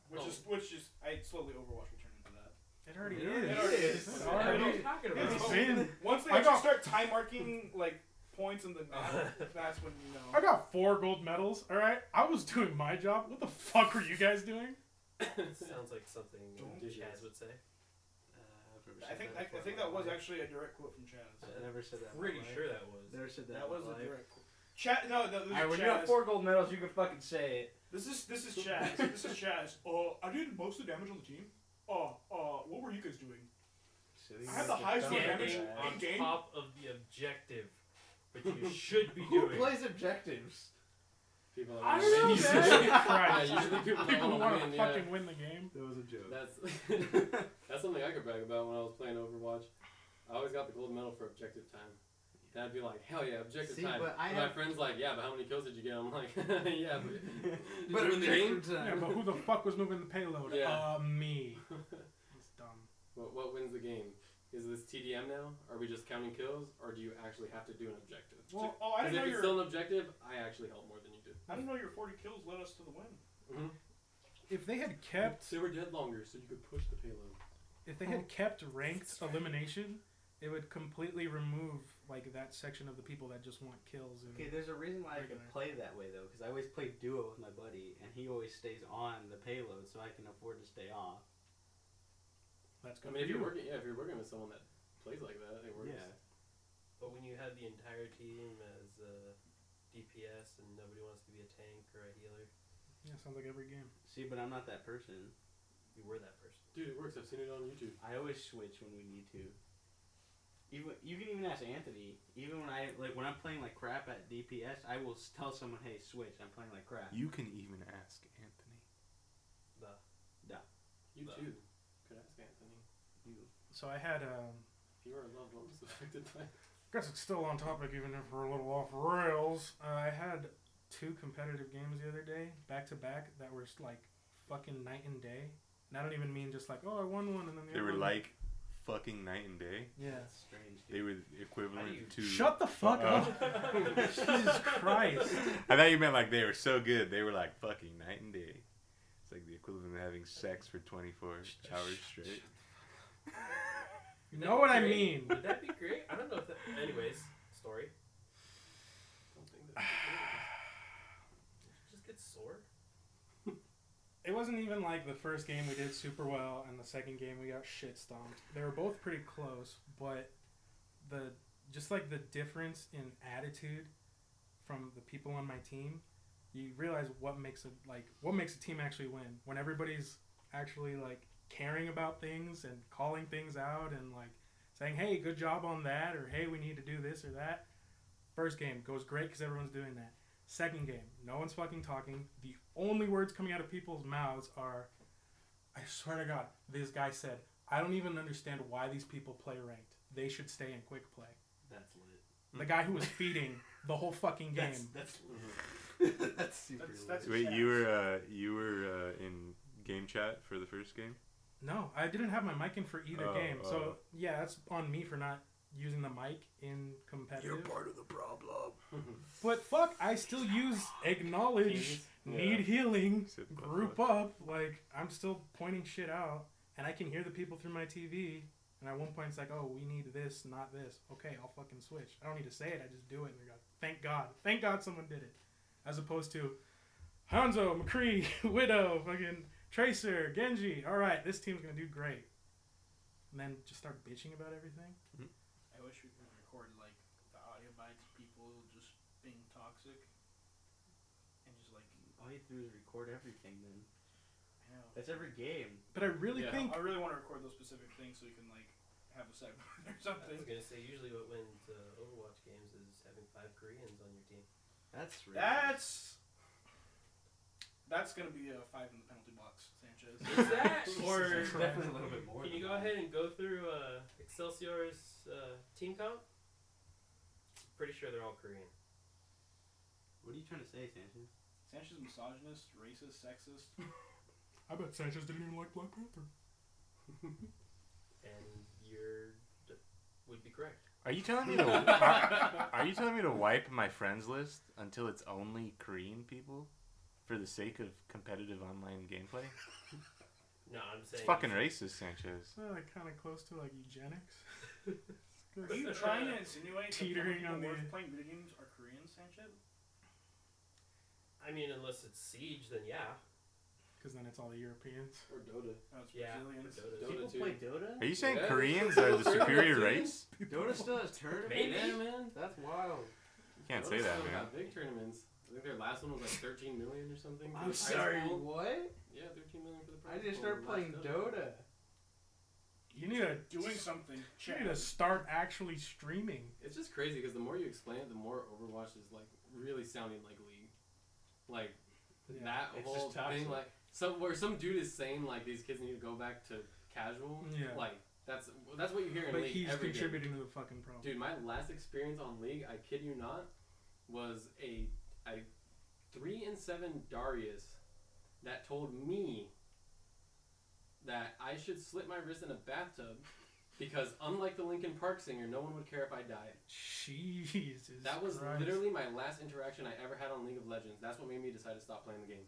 Which Oh. is which is I slowly Overwatch will turn into that. It already It already is. is. It trash. I don't know what already I'm talking It's about. It's over. been. Once they I actually got- start time marking like points in the map, that's when you I know. got four gold medals, alright? I was doing my job. What the fuck were you guys doing? Sounds like something Don't- Chaz would say. Uh, I've I never said think that I, before I in think my that was life. actually a direct quote from Chaz. I never said that. in my Pretty life. sure that was. Never said that. That in was a my life. direct quote. Chat. No, no, this Alright, is when you have Chaz. four gold medals, you can fucking say it. This is this is Chaz. this is Chaz. Oh, I did most of the damage on the team. Oh, uh, what were you guys doing? I have the highest Don't damage do Standing that. in on game? top of the objective, but you should be Who doing. plays objectives? People I don't know, usually- man. yeah, Christ. usually people, People don't want want to win, fucking Oh, yeah. win the game. That was a joke. That's that's something I could brag about when I was playing Overwatch. I always got the gold medal for objective time. That'd be like, hell yeah, objective See, time. but I And my have- friend's like, yeah, but how many kills did you get? I'm like, yeah, but did But you win the game? objective time. Yeah, but who the fuck was moving the payload? Yeah. Uh, me. It's dumb. what, what wins the game? Is this TDM now? Are we just counting kills, or do you actually have to do an objective? Well, oh, I didn't Because if know it's your still an objective, I actually help more than you do. I didn't know your forty kills led us to the win. If they had kept They were dead longer, so you could push the payload. if they had kept ranked elimination, it would completely remove like that section of the people that just want kills. And Okay, there's a reason why I can Regular. play that way though, because I always play duo with my buddy, and he always stays on the payload, so I can afford to stay off. that's I good. mean, if for you're you. working, yeah, if you're working with someone that plays like that, it works. Yeah. But when you have the entire team as uh, DPS and nobody wants to be a tank or a healer, Yeah, sounds like every game. See, but I'm not that person. you were that person. Dude, it works. I've seen it on YouTube. I always switch when we need to. Even you can even ask Anthony. Even when I like when I'm playing like crap at DPS, I will s- tell someone, "Hey, switch. I'm playing like crap." You can even ask Anthony. The You No. too could ask Anthony. So I had um, If you were in love, what was affected by it? I guess it's still on topic, even if we're a little off rails. Uh, I had two competitive games the other day, back to back, that were s- like fucking night and day. And I don't even mean just like, oh, I won one and then the They other were one. like fucking night and day. yeah. That's strange, They dude. were equivalent to. Shut the fuck Uh-oh. up! Oh. Jesus Christ! I thought you meant like they were so good. They were like fucking night and day. It's like the equivalent of having sex for 24 hours straight. You know what I Great. mean? Would that be great? I don't know if that. Anyways, story. Don't think that. Just get sore. It wasn't even like the first game we did super well, and the second game we got shit stomped. They were both pretty close, but the just like the difference in attitude from the people on my team, you realize what makes a like what makes a team actually win when everybody's actually like caring about things and calling things out and like saying, "Hey, good job on that," or "Hey, we need to do this or that." First game goes great because everyone's doing that. Second game, no one's fucking talking. The only words coming out of people's mouths are, I swear to God, this guy said, I don't even understand why these people play ranked. They should stay in quick play. That's lit. The guy who was Mm. feeding the whole fucking game. That's that's lit. that's super That's- lit. that's- Wait, you were uh, you were uh, in game chat for the first game. No, I didn't have my mic in for either Oh, game. So, oh. yeah, that's on me for not using the mic in competitive. part of the problem. But fuck, I still use acknowledge, Teams? need healing, Sit the fuck group up. Like, I'm still pointing shit out, and I can hear the people through my TV. And at one point, it's like, oh, we need this, not this. Okay, I'll fucking switch. I don't need to say it, I just do it. And they're like, thank God. Thank God someone did it. As opposed to Hanzo, McCree, Widow, fucking Tracer, Genji. All right, this team's gonna do great. And then just start bitching about everything. I wish we could record like the audio bites of people just being toxic and just like All you do is record everything. Then I know. that's every game. But I really Yeah. think I really want to record those specific things so we can like have a segment I or was something. gonna say usually what wins uh, Overwatch games is having five Koreans on your team. That's rich. That's that's gonna be a five in the penalty box, Sanchez. Is that or or- It's definitely a little bit more. can you than go that. ahead and go through uh, Excelsior's uh, team comp? Pretty sure they're all Korean. What are you trying to say, Sanchez? Sanchez is misogynist, racist, sexist. I bet Sanchez didn't even like Black Panther. and you're d- would be correct. Are you telling me to are, are you telling me to wipe my friends list until it's only Korean people for the sake of competitive online gameplay? No, I'm It's saying fucking racist, Sanchez. So like kind of close to like eugenics. Are you trying to insinuate that Teetering people on worth the- playing video games are Koreans, Sanchez? I mean, unless it's siege, then yeah. Because then it's all the Europeans. Or Dota. No, it's Yeah, Brazilians. Dota. Dota People too. play Dota. Are you saying Yeah. Koreans are the superior race? Dota still has tournaments. Maybe. Yeah, man. That's wild. Can't Those say that, still man. got big tournaments. I think their last one was like 13 million or something. for I'm the prize sorry. pool. What? Yeah, 13 million for the prize I just pool last started playing Dota. You need to Doing something. you need to Chad. start actually streaming. It's just crazy because the more you explain it, the more Overwatch is like really sounding like League. Like Yeah. that It's whole just toxic. thing, like some where some dude is saying like these kids need to go back to casual. Yeah. Like that's that's what you hear in But League he's every game. contributing to the fucking problem. Dude, my last experience on League, I kid you not, was a a three and seven Darius that told me that I should slit my wrist in a bathtub because unlike the Lincoln Park singer, no one would care if I died. Jesus. That was Christ. literally my last interaction I ever had on League of Legends. That's what made me decide to stop playing the game.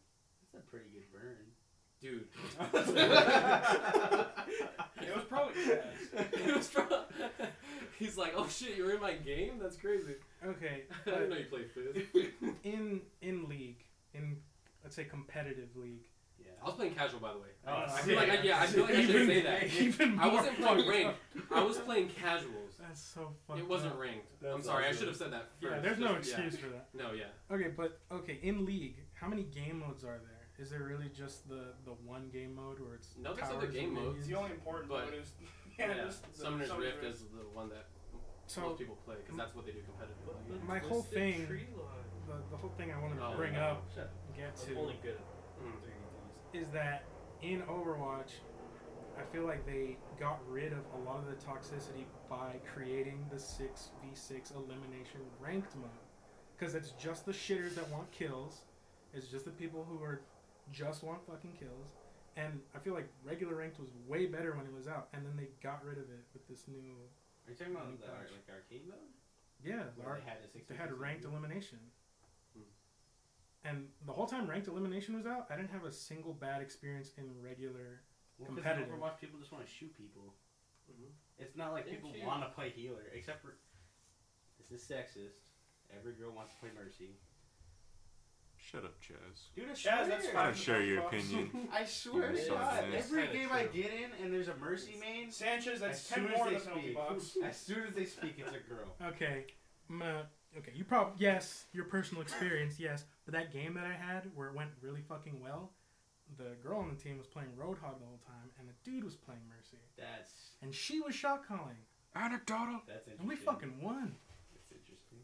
That's a pretty good burn. Dude, It was probably Chad. it was from, he's like, "Oh shit, you were in my game? That's crazy." Okay. I but- didn't know you played food. in in league in let's say competitive league. I was playing casual, by the way. Oh, I I feel like I, yeah, I feel like I should say that. Uh, Even I more wasn't playing fucked ranked. up. I was playing casuals. That's so funny. It wasn't ranked. I'm That's sorry. I awesome. should have said that first. Yeah, there's no Just- excuse for that. Yeah. No, yeah. Okay, but okay, in league, how many game modes are there? Is there really just the the one game mode where it's No, there's towers other and game modes. minions? The only important But- one is Yeah. yeah, just the Summoner's, Summoner's Rift is the one that So most people play because that's what they do competitively. my whole Twisted thing, Tree line. the, the whole thing I wanted to Oh, bring no. up, Shut up. and get I'm to, only good at Mm. 3v3s. is that in Overwatch, I feel like they got rid of a lot of the toxicity by creating the 6v6 elimination ranked mode. Because it's just the shitters that want kills, it's just the people who are just want fucking kills. And I feel like regular ranked was way better when it was out, and then they got rid of it with this new. Are you talking New about the, patch. like arcade mode? Yeah, the Where ar- they had a 60 they had ranked elimination. Hmm. And the whole time ranked elimination was out, I didn't have a single bad experience in regular. Well, 'cause in competitive. Overwatch people just want to shoot people. Mhm. It's not like Didn't people you- want to play healer, except for this is sexist. Every girl wants to play mercy. Shut up, Chaz. Dude, I swear. Chaz, that's I fine. don't share your opinion. I swear to You're God, so every nice. game I get in and there's a mercy main. Sanchez, As that's soon ten as more in they the penalty speak. box. As soon as they speak, it's a girl. Okay, I'm gonna. Okay, you probably yes, your personal experience, yes, but that game that I had where it went really fucking well, the girl on the team was playing Roadhog the whole time, and the dude was playing Mercy, That's and she was shot calling, Anecdotal. that's interesting. and we fucking won. That's interesting.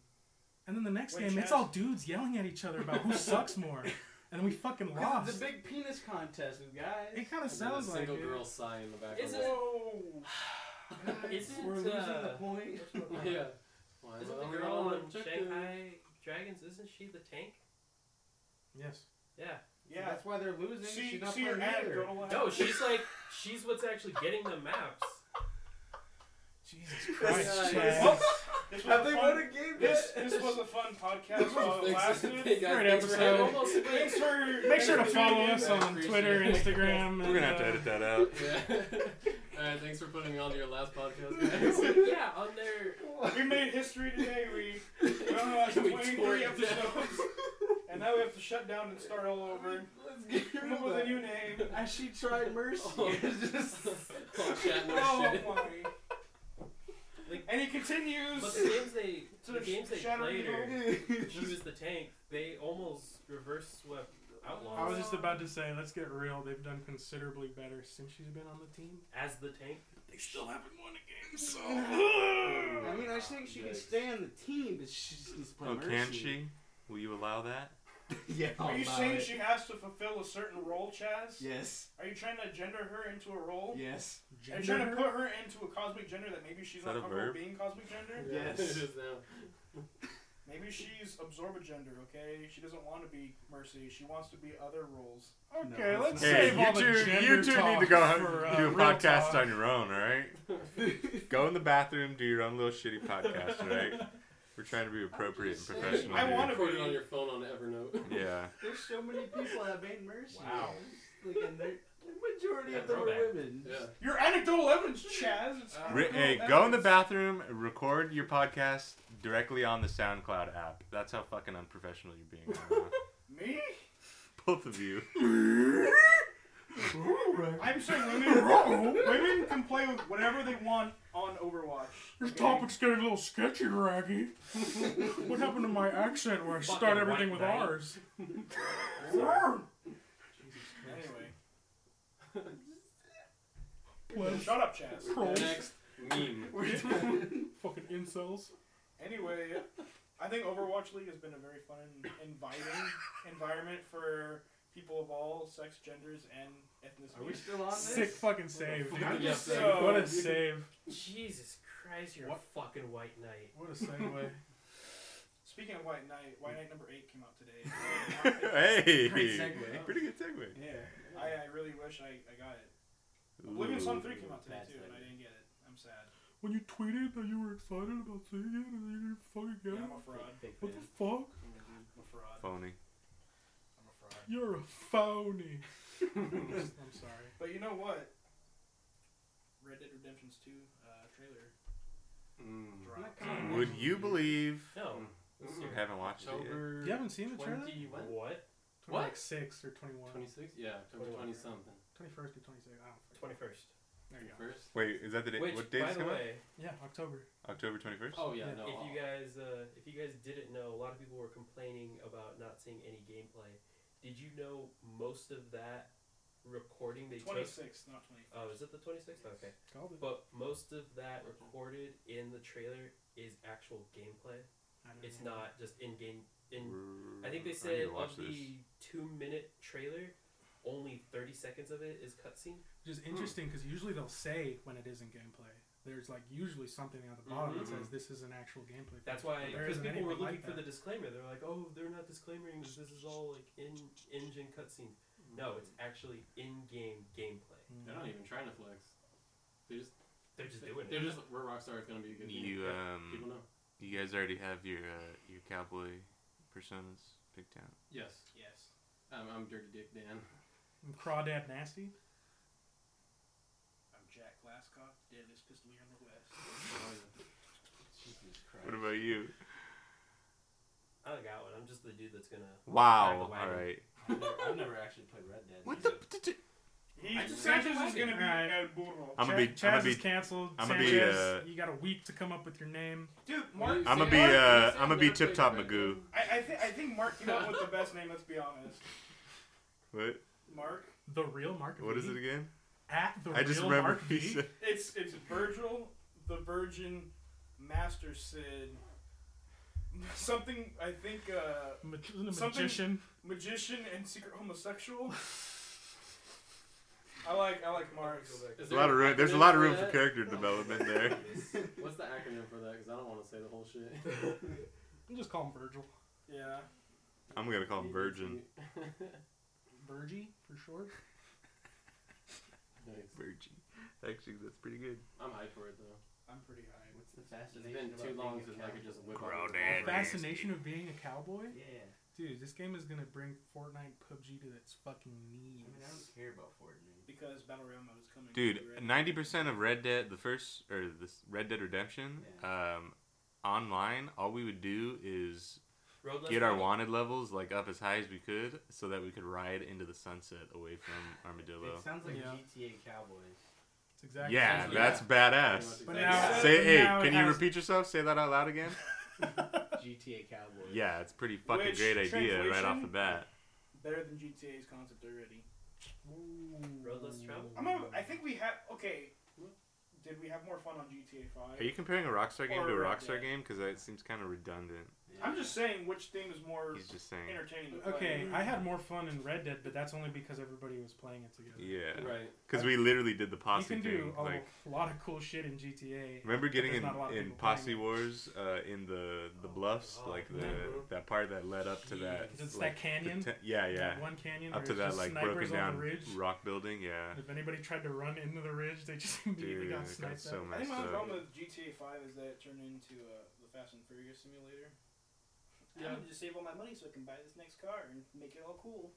And then the next Wait, game, it's Chaz- all dudes yelling at each other about who sucks more, and then we fucking Lost. It's lost. a big penis contest with guys. It kind of And then a sounds like single it. girl sigh in the back. Is of the- Whoa. Guys, Isn't, we're losing the uh, point. yeah. Why Isn't am I the only girl on on the chicken? Shanghai Dragons, isn't she the tank? Yes. Yeah. Yeah. That's why they're losing. See, She's not see your playing ad, either. girl. No, she's like, she's what's actually getting the maps. Jesus Christ. Uh, Chaz. yes. This was, Have a they fun, won a game this, yet? this was a fun Thanks, podcast while it hey, lasted. guys, Great thanks for episode. having- almost- Thanks for Make sure to thanks for tuning follow in. us on Appreciate Twitter, it. Instagram. We're gonna and, have to uh, edit that out. Yeah. All right. Thanks for putting me on to your last podcast, guys. yeah, on their We made history today. We we only lasted We tore 23 it episodes, down. and now we have to shut down and start all over. Let's get Come up with a new name. As she tried mercy, Oh. it was just Oh, chat more Oh shit. my! And he continues. but the games they So the games they Shadow played her, Dude, she was the tank. They almost reverse swept outlaws I was just about to say, let's get real. They've done considerably better since she's been on the team. as the tank. They still haven't won a game, so. I mean, I think she can Yikes. stay on the team, but she just needs to play Oh, mercy. can she? Will you allow that? yeah. Are I'll you allow saying it. she has to fulfill a certain role, Chaz? Yes. Are you trying to gender her into a role? Yes. Are you trying to put her into a cosmic gender that maybe she's Is that not a comfortable verb? being cosmic gender? Yeah, Yes. it is now. Maybe she's absorbagender, okay? She doesn't want to be Mercy. She wants to be other roles. Okay, Okay, No, let's let's that's not- Hey, save all you the two, you two need to go do a podcast on your own, all right? go in the bathroom, do your own little shitty podcast, all right? We're trying to be appropriate and saying. professional. I here. wanna Record it be- on your phone on Evernote. Yeah. There's so many people that made mercy. Wow. Like, and they're, the majority Yeah, of them are throwback. women. Yeah. Your anecdotal evidence, Chaz. It's Uh, Re- anecdotal hey, go in the evidence. bathroom, record your podcast directly on the SoundCloud app. That's how fucking unprofessional you're being. Right now. Me? Both of you. I'm saying women, women can play with whatever they want on Overwatch. This okay? topic's getting a little sketchy, Raggy. what happened to my accent where I start Fucking everything white with knight. R's? Anyway, Plus, shut up, Chaz. Trolls. Next meme. fucking incels. Anyway, I think Overwatch League has been a very fun and inviting environment for people of all sex, genders, and ethnicities. Are we still on this? Sick fucking save. dude. I'm Yes, just sir. so. What a save. Jesus Christ, you're What? a fucking white knight. What a segue. Speaking of White Knight, White Knight number eight came out today. hey, Great segue. pretty good segue. yeah, I, I really wish I, I got it. Ooh. Oblivion Sun three came out today Bad too, and I segue. didn't get it. I'm sad. When you tweeted that you were excited about seeing it and then you didn't fucking get Yeah, it. I'm a fraud. Fake What fan. the fuck? I'm a fraud. Phony. I'm a fraud. You're a phony. I'm sorry. But you know what? Red Dead Redemption's two uh, trailer Mm-hmm. dropped. Would you believe No. This you year. haven't watched it yet? October You haven't seen the trailer? 20 when? What? What? Like 6 or 21. 26? Yeah, October 20 Twenty-one. something. 21st or 26th. I don't fucking- 21st. There you go. First? Wait, is that the date? Which, What date by is the coming? way, Yeah, October. October twenty first. Oh, yeah, Yeah. no. if you I'll- guys uh, if you guys didn't know, a lot of people were complaining about not seeing any gameplay. Did you know most of that recording they Twenty took? sixth, not twenty. Oh, is it the 26th? Okay. Called it. But most of that recorded in the trailer is actual gameplay. I don't It's know. not just in game. In I think they said of the two minute trailer, only 30 seconds of it is cutscene. Which is Hmm. interesting because usually they'll say when it is in gameplay. There's like usually something at the bottom Mhm. Mm-hmm. that says this is an actual gameplay. That's footage, why but there because isn't people were anything looking like for the that. disclaimer. They're like, "Oh, they're not disclaiming this. This is all like in engine cutscene." No, it's actually in-game gameplay. They're not even trying to flex. They just, They're just doing they're it. just, we're Rockstar, it's gonna be a good game. You People um, know. you guys already have your uh, your cowboy personas picked out. Yes. Yes. Um, I'm Dirty Dick Dan. And Crawdad Nasty. I'm Jack Glasscock, deadliest pistol here in the West. Jesus Christ. What about you? I don't got one. I'm just the dude that's gonna. Drive the Wow. All wagon. right. I've never, I've never actually played Red Dead. What the? either. He I just Sanchez said I is like it. gonna be Alright. El Burro. I'm gonna be. Chaz I'm gonna is be. canceled. I'ma be, Sanchez, uh, you got a week to come up with your name. Dude, Mark. I'm gonna be. Mark- Uh, I'm gonna be Tip Top Magoo. I, I, th- I think Mark came up with the best name. Let's be honest. What? Mark. The real Mark. What is V. it again? At the I just real remember Mark he V. said. It's it's Virgil, the Virgin, Master Sid, something I think uh, Ma- isn't it Something- magician. magician and secret homosexual. I like I like Mark's. Go back. Is There's a lot of room. There's a lot of room for that? character development there. What's the acronym for that? Because I don't want to say the whole shit. I'll just call him Virgil. Yeah. I'm gonna call him Virgin. Virgie for short. nice. Virgin. Actually, that's pretty good. I'm hyped for it though. I'm pretty high. What's the It's fascination? been too about being long a since I could cowboy? just whip Grow up. that The fascination of being a cowboy, Yeah. dude. This game is gonna bring Fortnite, PUBG to its fucking I knees. mean, I don't care about Fortnite. Because Battle Royale mode is coming. Dude, Right? ninety percent of Red Dead, the first or this Red Dead Redemption, um, online, all we would do is Road less get our traveled. wanted levels like up as high as we could, so that we could ride into the sunset away from Armadillo. It sounds like Yeah. GTA Cowboys. It's exactly yeah, Yeah. that's badass. But But now, Say, but hey, now it can you has- repeat yourself? Say that out loud again. GTA Cowboys. Yeah, it's pretty fucking Which great idea right off the translation? bat. Better than GTA's concept already. Road less traveled. I'm a, I think we have. Okay. What? Did we have more fun on GTA Are 5? you comparing a Rockstar game Or to a Red Rockstar Dead. game? Because that seems kind of redundant. I'm just saying which theme is more He's just saying. entertaining. to play. Okay, I had more fun in Red Dead, but that's only because everybody was playing it together. Yeah, Right. because we literally did the you posse can thing. do a like, lot of cool shit in GTA. Remember getting there's in, not a lot of in people playing Posse it. Oh, Wars uh, in the the bluffs, God. like the Mhm. that part that led up to that. Because it's like, that canyon. the te- yeah, yeah. That one canyon. Up where to it's that just like snipers broken on down the ridge. rock building. Yeah, If anybody tried to run into the ridge, they just immediately dude, got it got sniped. so at. I messed think my up. problem with GTA 5 is that it turned into uh, the Fast and Furious simulator. Yeah. I'm gonna just save all my money so I can buy this next car and make it all cool.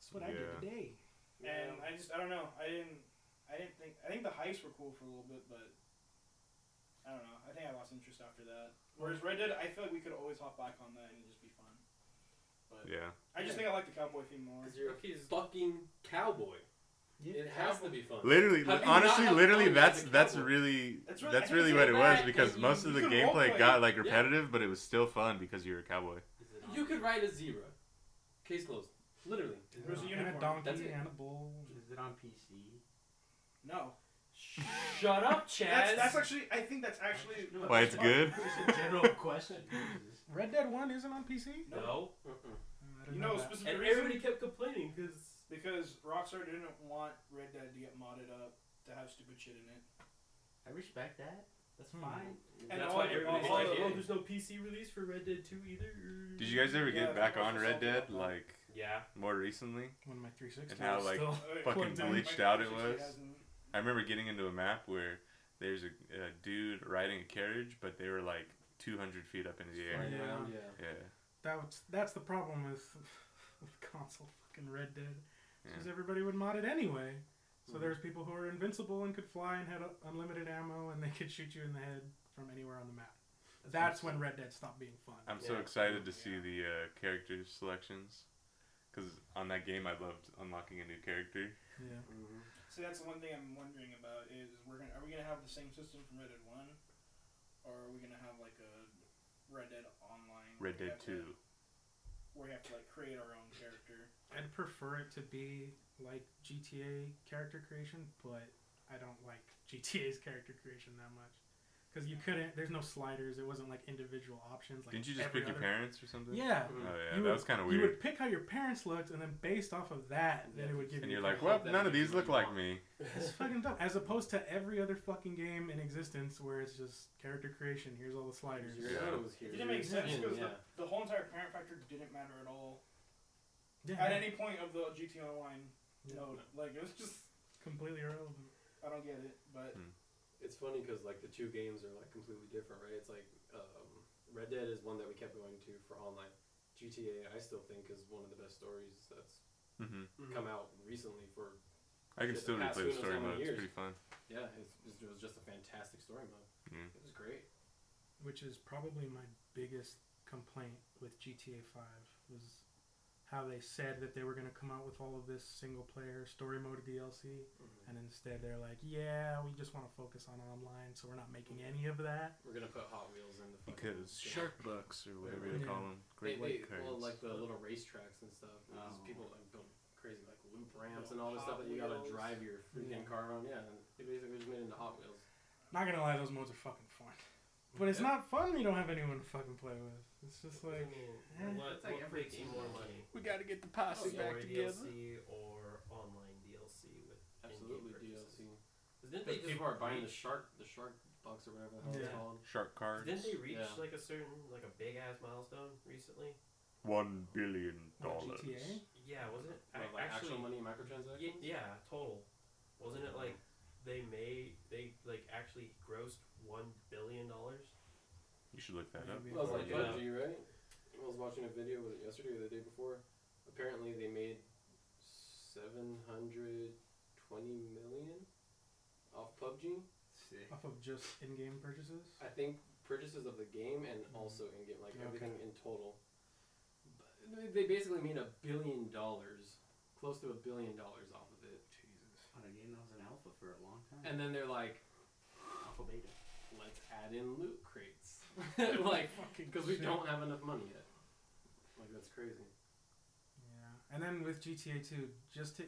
That's what I Yeah. did today. And I just I don't know. I didn't I didn't think I think the heists were cool for a little bit, but I don't know. I think I lost interest after that. Whereas Red Dead, I feel like we could always hop back on that and it'd just be fun. But Yeah, I just think I like the cowboy theme more. Because you're a fucking cowboy. It has to be fun. Literally, Have you not honestly, had literally, fun as that's a that's cowboy? really That's that's, right, I really hate what it that was fact because that most you- of the you can gameplay roleplay. got like Yeah. repetitive, but it was still fun because you're a cowboy. You could ride a zebra. Case closed. Literally. There's a and unicorn. a donkey it. and a bull. Is it on PC? No. Shut up, Chaz. That's, that's actually, I think that's actually. Why it's good? It's a general question. Jesus. Red Dead One isn't on PC. no. Mm, I didn't You know, a that. specific And reason? everybody kept complaining because Because Rockstar didn't want Red Dead to get modded up to have stupid shit in it. I respect that. That's Hmm. fine. And that's all- why everybody's all- like, all- oh, there's no PC release for Red Dead 2 either. Did you guys ever Yeah, get back that was on Red something Dead about that. like Yeah. more recently? when my 360 And how, was like, still. Uh, Fucking Clinton, bleached my out it 360 was. hasn't- I remember getting into a map where there's a, a dude riding a carriage, but they were like 200 feet up in the air. Flying. Yeah. Yeah. yeah. Yeah. That's that's the problem with with console fucking Red yeah. Dead. Mm-hmm. Because everybody would mod it anyway. So there was people who were invincible and could fly and had uh, unlimited ammo and they could shoot you in the head from anywhere on the map. That's, when Red Dead stopped being fun. I'm so Yeah. excited to see the uh, character selections. Because on that game, I loved unlocking a new character. yeah. See, that's the one thing I'm wondering about is we're gonna are we gonna have the same system from Red Dead One, or are we gonna have like a Red Dead Online? Red where we Dead have to- 2. Where we have to like create our own character. I'd prefer it to be like GTA character creation, but I don't like GTA's character creation that much. Because you couldn't, there's no sliders, it wasn't like individual options. Like Didn't you just every pick your other- parents or something? Yeah. Oh, Mm. yeah. that You would- was kind of You weird. would pick how your parents looked, and then based off of that, then it would give And you. you're a like, couple- well, That none of would be these what look you like want. me. It's fucking dumb. As opposed to every other fucking game in existence where it's just character creation. Here's all the sliders. Your Yeah. photo was here. It didn't make sense Yeah. because Yeah. the, the whole entire parent factor didn't matter at all Yeah, at any point of the GT Online Yeah. node. Like it was just completely irrelevant. I don't get it, but It's funny because like the two games are like completely different, right? It's like um, Red Dead is one that we kept going to for online. GTA, I still think, is one of the best stories that's hmm come out recently. For I can Shit, still the past replay who the knows story how many mode. It's years. pretty fun. yeah, it's, it's- it was just a fantastic story mode. Mm. It was great. Which is probably my biggest complaint with GTA 5 was how they said that they were going to come out with all of this single player story mode DLC. Mm-hmm. And instead they're like, yeah, we just want to focus on online, so we're not making any of that. We're gonna put Hot Wheels in the fucking Because game. shark bucks or whatever you Yeah. call them, They- great white they- Well, curds. like the little racetracks and stuff. and Oh. Just people like build crazy like loop Little ramps and all this stuff Hot that you gotta Wheels. drive your freaking Yeah. car on. Yeah, and they basically just made it into Hot Wheels. Not going to lie, those modes are fucking fun. But it's Yeah. not fun when you don't have anyone to fucking play with. It's just I like, mean, what, It's like what every makes game more online. money? we gotta get the Oh, posse Story DLC or online DLC with Absolutely in-game purchases. DLC. Because Didn't They they just people are buying the reach- shark, the shark bucks or whatever the hell it's Yeah. called. Shark cards. Didn't they reach Yeah. like a certain like a big ass milestone recently? One billion what, dollars. GTA? Yeah, wasn't it? Like, like actual money microtransactions. Ye- yeah, total. Wasn't it like Mm-hmm. they made they like actually grossed one billion dollars? You should look that up. Maybe. Well, I was like Yeah. PUBG, right? I was watching a video was it yesterday or the day before. Apparently, they made seven hundred twenty million off PUBG. Sick. Off of just in game purchases? I think purchases of the game and Mhm. also in game, like Okay. everything in total. But they- They basically made a billion dollars, close to a billion dollars off of it. Jesus. On a game that was an alpha for a long time. And then they're like, alpha beta. let's add in loot crates, like Fucking because we shit. don't have enough money yet. Like that's crazy. Yeah, and then with GTA Two, just to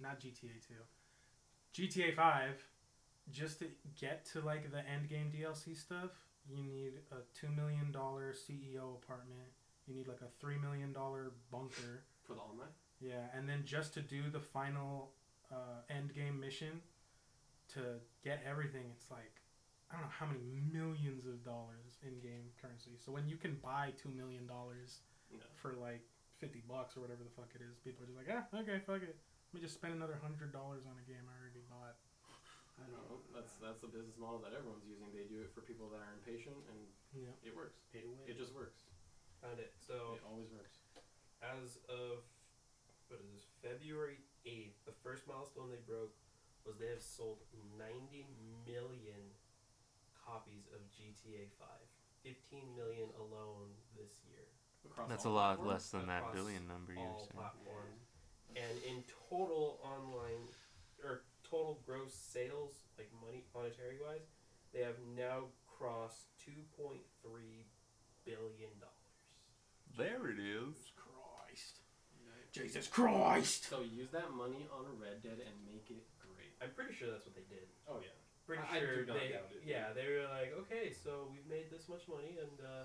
not GTA Two, GTA Five, just to get to like the end game DLC stuff, you need a two million dollar CEO apartment. You need like a three million dollar bunker. For the online? Yeah, and then just to do the final uh, end game mission, to get everything, it's like I don't know how many millions of dollars in game currency. So when you can buy two million dollars No. for like 50 bucks or whatever the fuck it is. People are just like, ah, okay, fuck it. Let me just spend another $100 on a game I already bought. I don't know. That's that's the business model that everyone's using. They do it for people that are impatient, and Yeah. it works. Paid away. It just works. Found it. So It always works. as of what is this February eighth, the first milestone they broke was they have sold ninety million copies of GTA Five. Fifteen million alone this year. Across That's a all lot platforms. less than that across billion number you were all saying. platforms. And in total online They have now crossed 2.3 billion dollars. There it is. Jesus Christ. Jesus Christ! So use that money on Red Dead and make it great. I'm pretty sure that's what they did. Oh yeah. Pretty I- I sure do not they, doubt it. yeah, they were like, okay, so we've made this much money, and uh,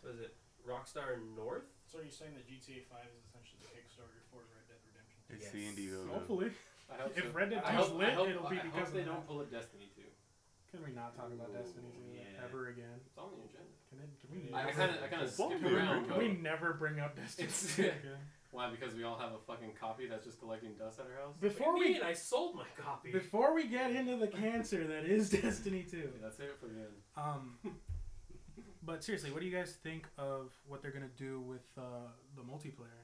what is it, Rockstar North? So are you saying that GTA 5 is essentially the Kickstarter for Red Dead Redemption? It's Yes. the Indiegogo. Hopefully. I hope so. If Red Dead I 2 is hope- lit, I hope, it'll I be hope because of they that. don't pull a Destiny 2. Can we not talk about Ooh, Destiny 2 yeah. ever again? It's on the agenda. Can, it, can we Yeah. I never- kind of I kind of Fuck skip you, around. Can we but- never bring up Destiny It's- 2 again? Why? Because we all have a fucking copy that's just collecting dust at our house. Before what do you we mean? I sold my copy. before we get into the cancer that is Destiny 2. Okay, that's it for the end. Um but seriously, what do you guys think of what they're going to do with uh, the multiplayer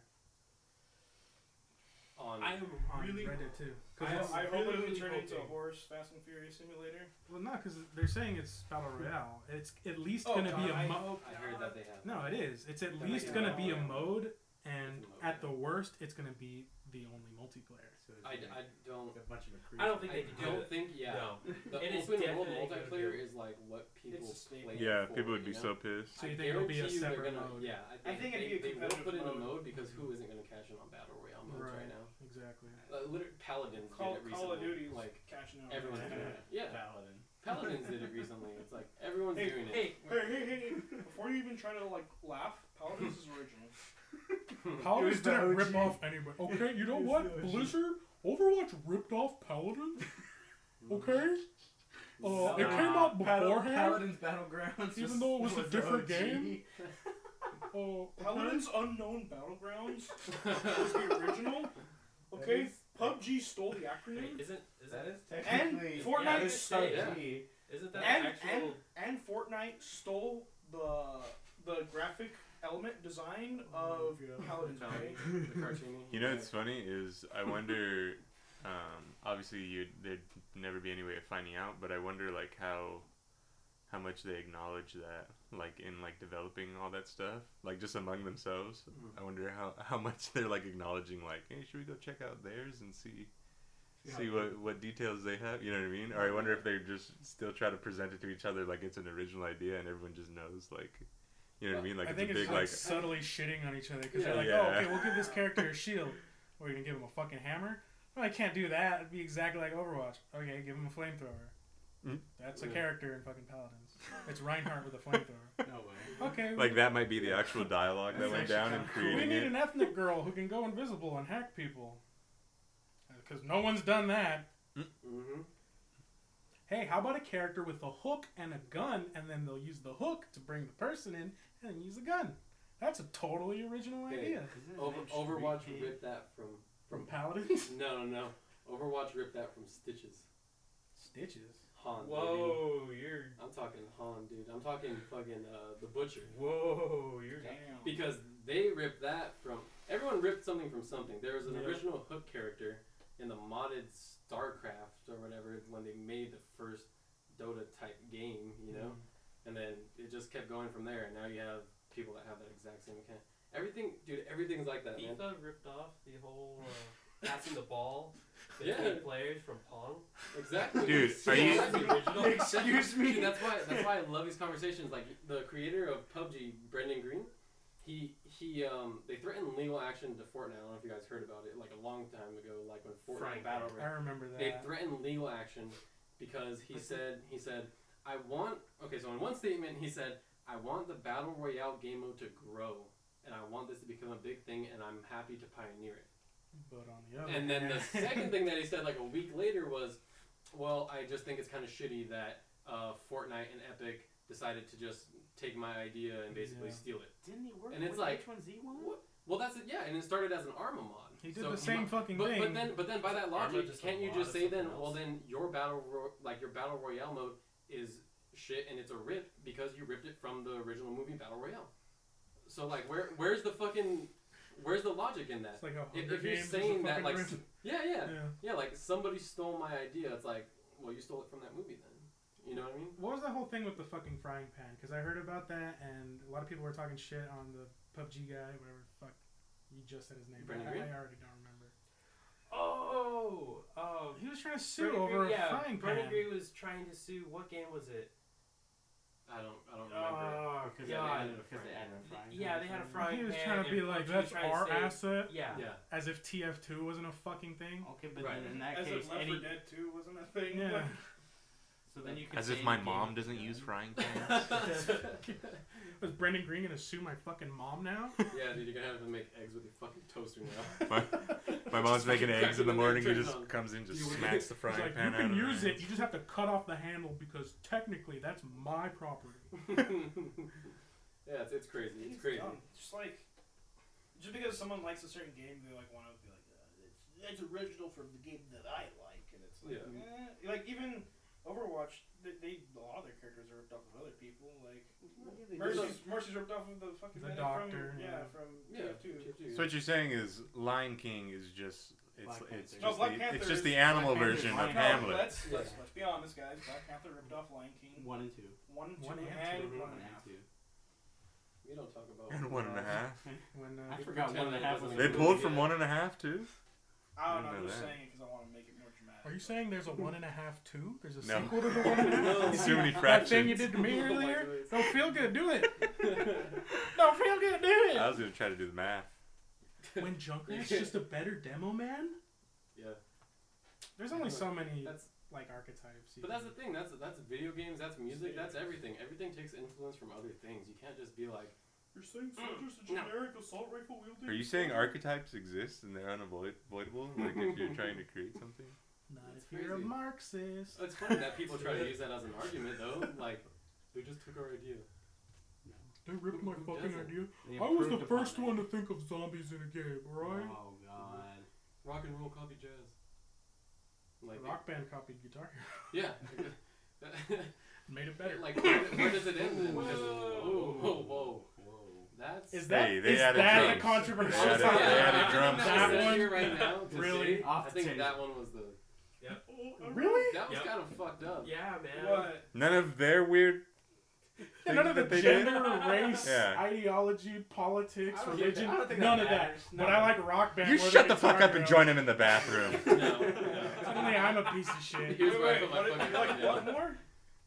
On I am on really Red Dead 2? I, Cuz I hope it really doesn't turn into a hoping. horse Fast and Furious simulator. well no, cuz they're saying it's battle royale. It's at least Oh, going to be God, a I mo- hope I heard that they have. No, it is. It's at They're least making going to it be a all- mode and It's a mode, at yeah. the worst it's going to be the only multiplayer. So it's I, like I don't. a bunch of recruits. I don't think I they could do don't that. think yeah. No. The It is open world definitely gonna multiplayer do. is like what people It's a staple. play. Yeah, for, people would be you know? so pissed. So I you think it'll be a guarantee you they're separate gonna- mode? Yeah, I I think, think it'd be they, a they will competitive put in a mode. mode because who isn't going to cash in on battle royale modes right, Right. now? Exactly. Uh, liter- Paladins Call, did it recently. Call of Duty's Like catching up. everyone's doing it. Yeah, Paladin. Paladins did it recently. It's like everyone's Hey, doing Hey, Hey, hey, hey, hey, Before you even try to like laugh, Paladins is original. it. Paladins It was the didn't OG. rip off anybody. Okay, you know It was what? the OG. Blizzard, Overwatch ripped off Paladins. Okay, uh, Nah. it came Paladin- out beforehand. Paladin's Battlegrounds. Even though it was a different OG. game? Uh, okay. Paladins Unknown Battlegrounds was the original. Okay, PUBG stole the Wait, acronym. isn't That isn't is technically. Fortnite that is is so- OG. isn't that And, actual? and and Fortnite stole the the graphic element design of Paladins. right? the cartoony. You know what's funny is I wonder. um, obviously, you'd there'd never be any way of finding out, but I wonder like how how much they acknowledge that like in like developing all that stuff like just among themselves Hmm. Mhm. i wonder how how much they're like acknowledging like hey should we go check out theirs and see Yeah. see what what details they have you know what i mean or i wonder if they just still try to present it to each other like it's an original idea and everyone just knows like you know what i mean like I it's a think it's big just like like subtly shitting on each other because Yeah. they're like, Yeah. oh, okay, we'll give this character a shield. We're gonna give him a fucking hammer. Well, I can't do that. It'd be exactly like Overwatch. Okay, give him a flamethrower. Mm. That's a Yeah. character in fucking Paladins. It's Reinhardt with a flamethrower. No way. Okay, like that might be the actual dialogue that That's went actually down in kinda cool. We creating need it an ethnic girl who can go invisible and hack people. Because no one's done that. Mm-hmm. Hey, how about a character with a hook and a gun, and then they'll use the hook to bring the person in, and then use the gun? That's a totally original Hey, idea. Isn't it Over, named Overwatch Street Team? ripped that from From Paladins? no no no. Overwatch ripped that from Stitches. Stitches. Han. baby. whoa, you're I'm talking Han, dude. I'm talking fucking uh, the Butcher. whoa, you're Damn. Because they ripped that from everyone ripped something from something. There was an Yeah. original Hook character in the modded StarCraft or whatever when they made the first Dota type game, you know, and then it just kept going from there. And now you have people that have that exact same mechanic. Everything, dude. Everything's like that, man. FIFA ripped off the whole uh, passing the ball between Yeah. players from Pong. Exactly. Dude, are you- That's the original. Excuse me? Dude, that's why. That's why I love these conversations. Like the creator of PUBG, Brendan Green, he he um they threatened legal action to Fortnite. I don't know if you guys heard about it. Like a long time ago, like when Fortnite Frank. Battle I Royale, remember that. they threatened legal action because he said he said I want okay. So in one statement he said I want the battle royale game mode to grow and I want this to become a big thing and I'm happy to pioneer it. but on the other And then the hand- second thing that he said like a week later was, "Well, I just think it's kind of shitty that uh, Fortnite and Epic decided to just take my idea and basically Yeah. steal it." Didn't he work And it's with like- H1Z1? What? Well, that's it. Yeah, and it started as an Arma mod. he did So the same fucking But, thing. but then, but then by that Arma logic, just a can't you mod just of say then, something well, else? then your battle ro- like your battle royale mode is shit and it's a rip because you ripped it from the original movie Battle Royale. So like, where where's the fucking where's the logic in that? it's like a If, Hunger if you're Games is a saying that fucking like, original- yeah, yeah, yeah. yeah, like somebody stole my idea. It's like, well, you stole it from that movie then. You know what I mean? What was that whole thing with the fucking frying pan? Because I heard about that, and a lot of people were talking shit on the PUBG guy, whatever the fuck. You just said his name. I, Brandon I Green? already don't remember. Oh, um, He was trying to sue over Green, a frying pan. Brendan Green was trying to sue. What game was it? I don't. I don't Uh, remember. Oh, because they God. added because they added a frying pan yeah, or they had a something. frying he was pan trying to be and like, Bugsy that's tried to our save- asset, Yeah. yeah. as if TF2 wasn't a fucking thing. Okay, but Right. then in that As case, if Left any 4 Dead 2 wasn't a thing. Yeah. like, so then you could As say if my any game mom with doesn't gun. use frying pans. Was Brendan Green gonna sue my fucking mom now? yeah, dude, you're gonna have to make eggs with your fucking toaster now. my, my mom's making fucking eggs in the crack it open, morning. He turn it just on. comes in, just You- smacks the It's frying like, you pan out. can of her use it. hands. You just have to cut off the handle because technically that's my property. yeah, it's, it's crazy. It's he's crazy. dumb. Just like, just because someone likes a certain game, they like want to be like, uh, it's, that's original from the game that I like, and it's like, eh. like even Overwatch, they, they a lot of their characters are ripped off of other people. Like Mercy's, Mercy's ripped off of the fucking The medic from doctor, yeah, yeah. from Yeah. TF2. dude. So what you're saying is Lion King is just it's Black it's Panther. just No, Black the, Panther it's just is- the animal Black Panther is version of Lion No, King. Hamlet. oh, Let's, let's, Yeah. let's be honest, guys. Black Panther ripped off Lion King. one and two. One, two, One and and two. one One and a and half. two. We don't talk about. And one and a half. When uh, I forgot one and a half was. They a pulled movie. from one and a half too. I I don't know. I'm remember just that. saying it because I want to make it more dramatic. are you but- saying there's a one and a half two? There's a No. sequel to the one and a half. No. It's too many Oh, That thing you fractions. did to me Oh my earlier. goodness. Don't feel good. Do it. Don't feel good. Do it. I was gonna try to do the math. when Junkrat's just a better demo man. yeah, There's only so many that's like archetypes. you But that's the can- thing. That's that's video games. That's music. That's everything. Everything takes influence from other things. You can't just be like, You're saying soldiers a No. generic assault rifle wielding? Are you saying archetypes exist and they're unavoidable? Like if you're trying to create something. Not That's if you're a crazy. Marxist. it's funny that people try to use that as an argument though. Like, they just took our idea. They ripped my Who fucking doesn't? idea. They I was the improved upon first it. one to think of zombies in a game, alright? Oh god. Rock and roll copy jazz. Like, Rock band copied Guitar yeah. Hero. Made it better. like, where, where does it end? Then? Whoa. Just- whoa, whoa, whoa. Whoa. That's is that, Hey, they is added that drums. a They controversial added- topic? they added drums That to it. one- Here right now. to Really? see, Off I the think table. that one was the. Oh, I Really? That was Yep. kind of fucked up. Yeah, man. What? None of their weird. Yeah, none things of the that they did? gender, race, Yeah. ideology, politics, I don't think religion, that- I don't think none that of that. matters. But No. I like rock band. You more shut the than fuck Guitar up and Hero. join him in the bathroom. No. no. Suddenly I'm a piece of shit. Here's Wait, where I wait, put my what- fucking you like idea. what more?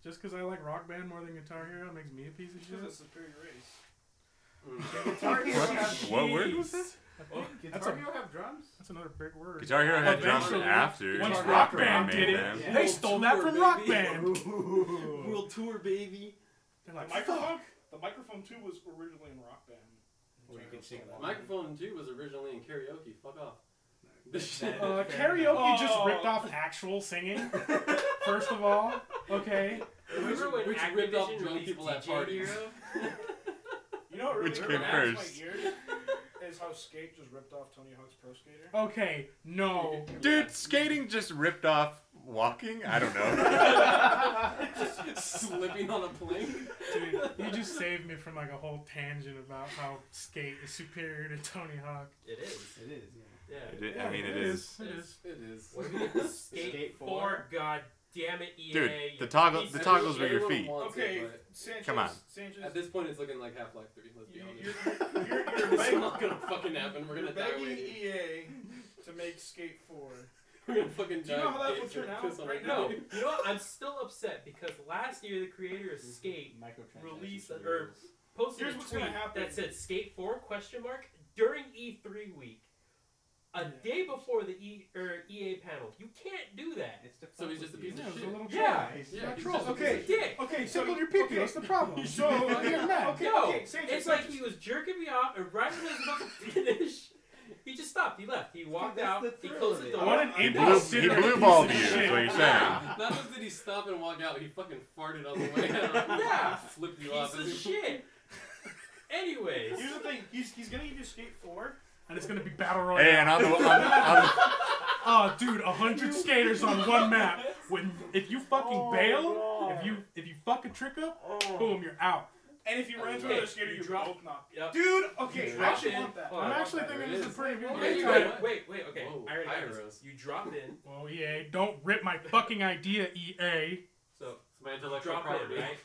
Just because I like rock band more than Guitar Hero makes me a piece of She's a shit. superior race. Mm. Guitar Hero What- has what word keys. was that? That's a- Guitar Hero have drums? That's another big word. Guitar Hero had drums Eventually, after. once Rock Rock Band Band made did it, them. Yeah. they stole that from Rock Band. World tour, baby. They're The like, microphone, the microphone too was originally in Rock Band. Or you can sing Sorry. one. Microphone 2 was originally in karaoke. Fuck off. Uh, karaoke just ripped off actual singing. First of all, okay. Remember when Which Activision ripped off released drunk people at DJ parties? Hero? You know what really Which hurt came my ass first? My ears is how Skate just ripped off Tony Hawk's Pro Skater. Okay, no. Dude, skating just ripped off walking? I don't know. Slipping on a plane? Dude, you just saved me from like a whole tangent about how skate is superior to Tony Hawk. It is. It is, yeah. Yeah. I did- I mean, it is. It is. It is. Skate, Skate four? four. God damn it, E EA. Dude, the toggle, He's- the toggles were your Everyone feet. wants Okay, it, Sanchez. Come on. Sanchez. but at this point, it's looking like Half Life 3, let's be you, honest. you're, you're, you're, it's begging- not gonna fucking happen. We're you're gonna die begging waiting. EA E to make Skate Four. We're gonna fucking die. Do you know how that days will turn and out piss on right our No, plane. you know what? I'm still upset because last year the creator Mm-hmm. of Skate Release the herb. posted Here's a what's tweet gonna happen. that said Skate 4 question mark during E3 week. A Yeah. day before the E or EA panel. You can't do that. It's the So he's just a fuck with piece Yeah, of it was a shit. little Yeah. dry. Yeah, It's he's not just a troll. piece of Okay. shit. Dick. Okay, Okay, so so your pee pee. okay. What's the problem? So You're mad. okay, No, okay, Sanchez. It's like Sanchez. he was jerking me off, and right when I was about to finish, he just stopped. He left. He walked That's out. the He thrill closed of the it. door. What an He blue, he inconsiderate blue piece balled of you, is shit. what you're saying. Yeah. Not just did he stop and walk out, he fucking farted on the way out. Yeah. Flipped you off. Piece of shit. Anyways, Here's the thing. He's, he's gonna give you Skate Four. And it's gonna be battle royale. Hey, and on the, on, the- on the, Oh, dude, a hundred skaters on one map. When if you fucking Oh, bail, if you if you fuck a trick up, boom, you're out. And if you run into Okay, another skater, you you drop- both knock. Yep. Dude, okay, You I drop actually in. want that. Oh, I'm I actually want that. thinking There this it is. is a pretty good Wait, game. you wait, got- wait, wait, okay. Whoa, I already got this. Iros. You dropped in, Well, EA, don't rip my fucking idea, E EA. so It's my intellectual drop property. in, right?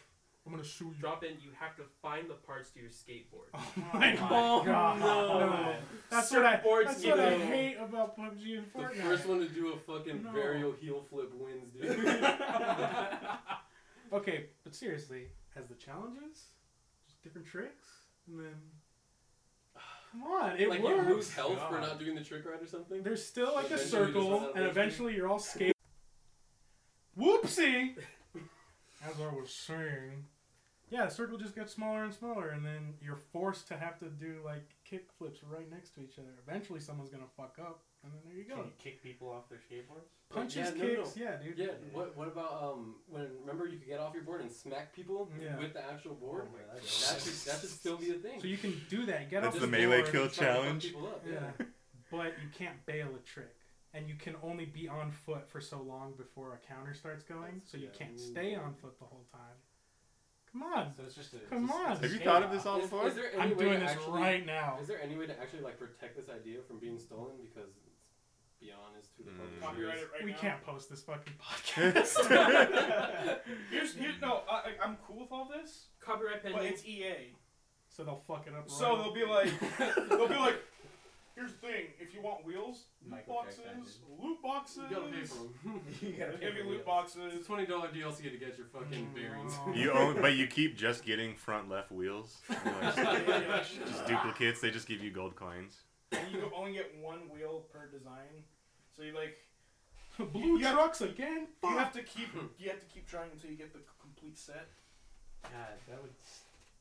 I'm gonna sue you. Drop in. You have to find the parts to your skateboard. Oh my Oh, god. no. That's what I. Surfboards That's need what I to- hate about PUBG and The Fortnite. first one to do a fucking No. burial heel flip wins, dude. Okay, but seriously, as the challenges, just different tricks, and then come on, it like works. you lose health for God. not doing the trick right or something. There's still like a Eventually you just run out circle, of and HP. eventually you're all skating. Whoopsie! As I was saying, yeah, the circle just gets smaller and smaller, and then you're forced to have to do like kick flips right next to each other. Eventually, someone's gonna fuck up, and then there you Can go. you kick people off their skateboards? Punches, Yeah, no, no. kicks, yeah, dude. Yeah. What What about um when remember you could get off your board and smack people Yeah. with the actual board? Oh my that God. should that should still be a thing. So you can do that. Get That's off the the melee board. kill Just try to fuck challenge. people up, Yeah. but you can't bail a trick. And you can only be on foot for so long before a counter starts going, That's- so you yeah. can't stay on foot the whole time. Come on. So it's just a. it's Come just- on. it's a Have you skate thought of rock. this all Is, before? is there any I'm way doing to this actually, right now. Is there any way to actually like protect this idea from being stolen because it's beyond is to the Hmm. Mm. Copyright publishers? it right we now. can't post this fucking podcast. Here's, here's no. I, I- I'm cool with all this, Copyright but pending. it's EA, so they'll fuck it up. Right so they'll be like, they'll be like, here's the thing: if you want wheels, loot boxes, Microtransaction. loot boxes. You gotta pay for them. You gotta They'll give pay you for loot wheels. boxes. It's twenty dollar DLC to get your Mm. fucking bearings. You own, but you keep just getting front left wheels. Like, just duplicates. They just give you gold coins. and you only get one wheel per design. So you like You blue have- trucks again. you Fuck. have to keep you have to keep trying until you get the c- complete set. God, that would.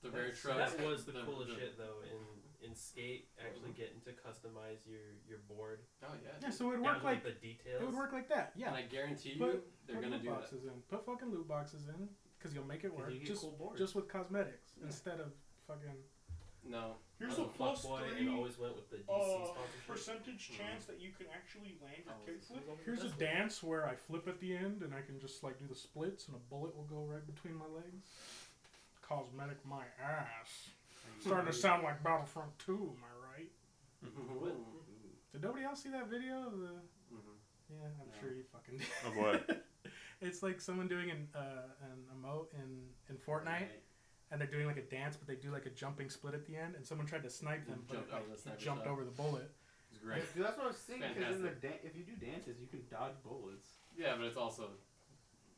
The very That's- truck. that was the the- coolest the- shit though. In in skate, actually getting to customize your your board. Oh yeah. yeah, so it down would work to like the details. it would work like that. And Yeah, I guarantee you, Put- they're put gonna loot do that. boxes in. Put fucking loot boxes in, because you'll make it work. you get Just cool boards. just with cosmetics Yeah. instead of fucking. No. Here's Oh, a fuck plus boy, three And always went with the DC uh, sponsorship. Hmm. percentage chance that you can actually land Oh, your this is kickflip. Here's a That's what- dance where I flip at the end and I can just like do the splits and a bullet will go right between my legs. Cosmetic my ass. Hmm. Starting to sound like Battlefront 2, am I right? What? Did nobody else see that video of the. Yeah, I'm No. sure you fucking did. Of what? it's like someone doing an, uh, an emote in, in Fortnite and they're doing like a dance but they do like a jumping split at the end and someone tried to snipe them but Jumped it, like, over the sniper jumped shot. over the bullet. It's great. Dude, that's what I was thinking. Because in the dan- if you do dances, you can dodge bullets. Yeah, but it's also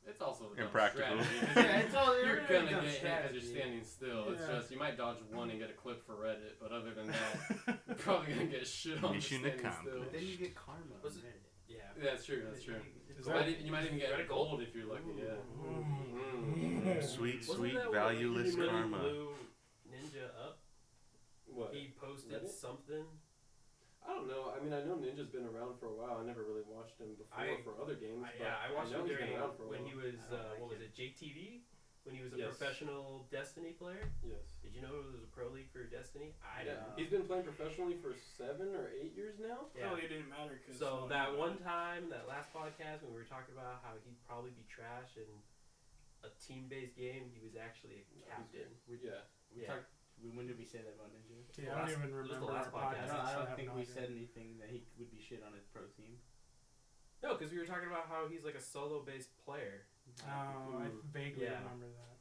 it's also a dumb Impractical. strategy, 'cause yeah, it's all You're everybody gonna get does hit because you're strategy. standing still. It's Yeah. just you might dodge one and get a clip for Reddit, but other than that, you're probably gonna get shit on for Mission standing still. accomplished. But then you get karma. Was on it. Yeah. Yeah, that's true. That's true. Is You that- might, e- you might even get gold if you're lucky. Yeah. Mm-hmm. Mm, Sweet, Wasn't sweet, that what valueless really karma. blew Ninja up. What? He posted Reddit? something. I don't know. I mean, I know Ninja's been around for a while. I never really watched him before I- for other games. I- but yeah, I watched him know he's during been around for a when while. he was I uh, don't like what was him. it JTV when he was a Yes. professional Destiny player. Yes. Did you know it was a pro league for Destiny? I Yeah. didn't. He's been playing professionally for seven or eight years now. Yeah. Really, it didn't matter because So that one time, that last podcast when we were talking about how he'd probably be trash in a team-based game, he was actually a captain. We, yeah. We Yeah. talked. We, when did we say that about Ninja? See, the I don't last- even it was the remember last our podcast. I podcast. don't, I so don't have think no we idea. said anything that he would be shit on his pro team. No, because we were talking about how he's like a solo-based player. Oh, I vaguely Yeah. remember that.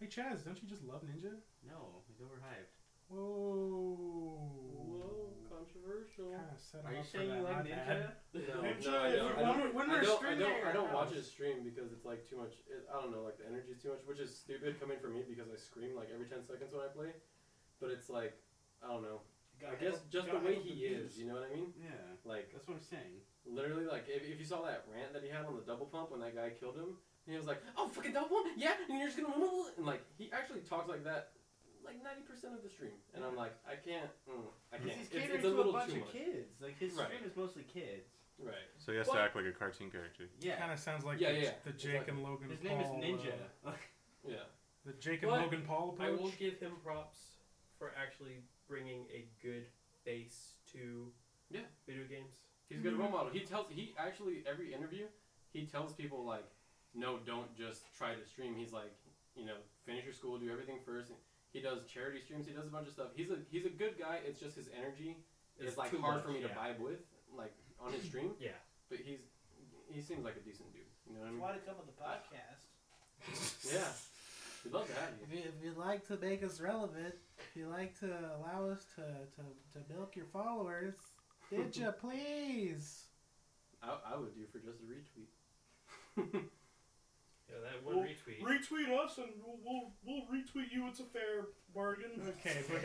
Hey Chaz, don't you just love Ninja? No, he's overhyped. Whoa. Whoa, controversial. Kinda set him Are you up for saying that, you my like bad. Ninja? No, Ninja, no, I if don't. we- I don't. when I we're don't, I streaming don't, at I our don't watch house. his stream because it's like too much. It, I don't know, like the energy's too much, which is stupid coming from me because I scream like every 10 seconds when I play. But it's like, I don't know. I guess just the way he is, you know what I mean? Yeah, Like, that's what I'm saying. literally, like, if, if you saw that rant that he had on the double pump when that guy killed him, and he was like, oh, fucking double pump? Yeah, and you're just gonna. And like, he actually talks like that like 90% of the stream. And I'm like, I can't. Mm, I can't. Because he's It's- it's, catering a to little a bunch too of much. kids. Like his Right. stream is mostly kids. Right. So he has What? to act like a cartoon character. Yeah. Kind of sounds like Yeah, the, yeah, the it's Jake like- and Logan his Paul. name is Ninja. uh, Yeah. the Jake and But Logan Paul I will approach. give him props for actually bringing a good face to Yeah. video games. He's a good Mm-hmm. role model. He tells he actually every interview he tells people like, no, don't just try to stream. He's like, you know, finish your school, do everything first. He does charity streams. He does a bunch of stuff. He's a he's a good guy. It's just his energy is It's like too hard much, for me to yeah. vibe with, like on his stream. Yeah. But he's he seems like a decent dude. You know what I That's mean? why to come on the podcast. Yeah. We'd love to have like to make us relevant, you like to allow us to, to, to milk your followers, did you please? I, I would do for just a retweet. Yeah, that one Well, retweet. Retweet us and we'll, we'll, we'll retweet you. It's a fair bargain. Okay, but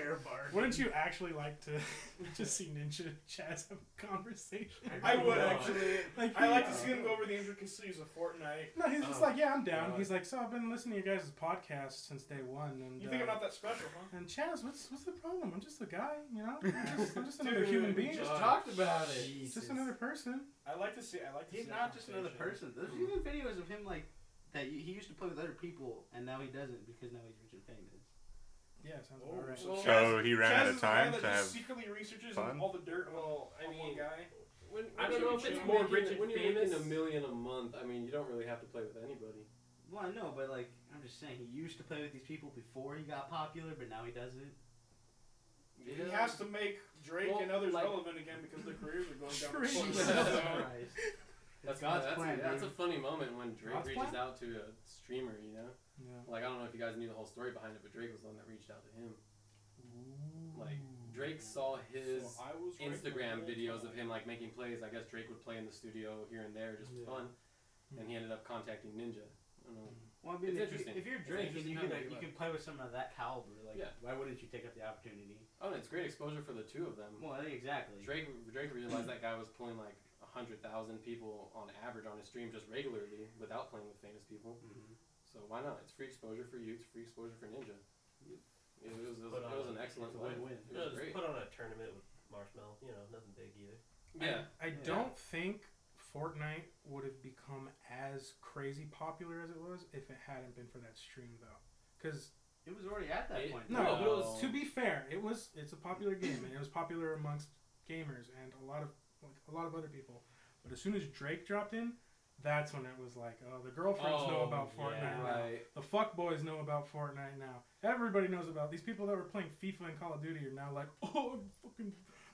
wouldn't you actually like to just see Ninja and Chaz have a conversation? I really would don't. actually. Like, I like to he- see them go over the intricacies of Fortnite. No, he's just Oh, like, yeah, I'm down. God. He's like, so I've been listening to your guys' podcast since day one, and You think I'm uh, not that special, huh? and Chaz, what's what's the problem? I'm just a guy, you know. I'm just, I'm just another human Dude, being. just Just, talk- talked about another person. I like to see. I like to He's see. not just another conversation. person. There's even videos of him like that. y- He used to play with other people, and now he doesn't because now he's rich and famous. Yeah, sounds Oh, about right. so So he ran Chaz out is of the guy time that to just have. secretly researches fun. all the dirt. Well, Well, I on one mean, guy. When, I don't you're know if it's making- more rich and When you're famous. making a million a month, I mean, you don't really have to play with anybody. Well, I know, but like I'm just saying, he used to play with these people before he got popular, but now he doesn't. He has to make Drake Well, and others like- relevant again because their careers are going down. the Drake. toilet. Jesus So, Christ. That's, That's God, God's that's, plan, that's a dude. funny moment when Drake God's reaches plan? out to a streamer, you know? Yeah. Like, I don't know if you guys knew the whole story behind it, but Drake was the one that reached out to him. Oh, Like, Mm-hmm. Drake saw his so I was right Instagram the whole videos time. of him, like, making plays. I guess Drake would play in the studio here and there just for Yeah. fun. And he ended up contacting Ninja. I don't know. Well, I mean, It's if, you, interesting. if you're It's Drake and interesting you how can they like, do you it. can play with someone of that caliber, like Yeah. why wouldn't you take up the opportunity? Oh, and it's great exposure for the two of them. Well, I think exactly. Drake Drake realized that guy was pulling like hundred thousand people on average on his stream just regularly without playing with famous people. Mhm. So why not? It's free exposure for you. It's free exposure for Ninja. It was, it was, Put it was on- an excellent it's a play. win-win. It No, was just great. put on a tournament with Marshmallow. You know, nothing big either. Yeah, I don't think Fortnite would have become as crazy popular as it was if it hadn't been for that stream, though. Because It was already at that It- point. no, No. but it was, to be fair, it was it's a popular game and it was popular amongst gamers and a lot of like a lot of other people. But as soon as Drake dropped in, that's when it was like, oh, the girlfriends know Oh, about Fortnite yeah, now. right. The fuck boys know about Fortnite now. Everybody knows about these people that were playing FIFA and Call of Duty are now like, oh, I'm fucking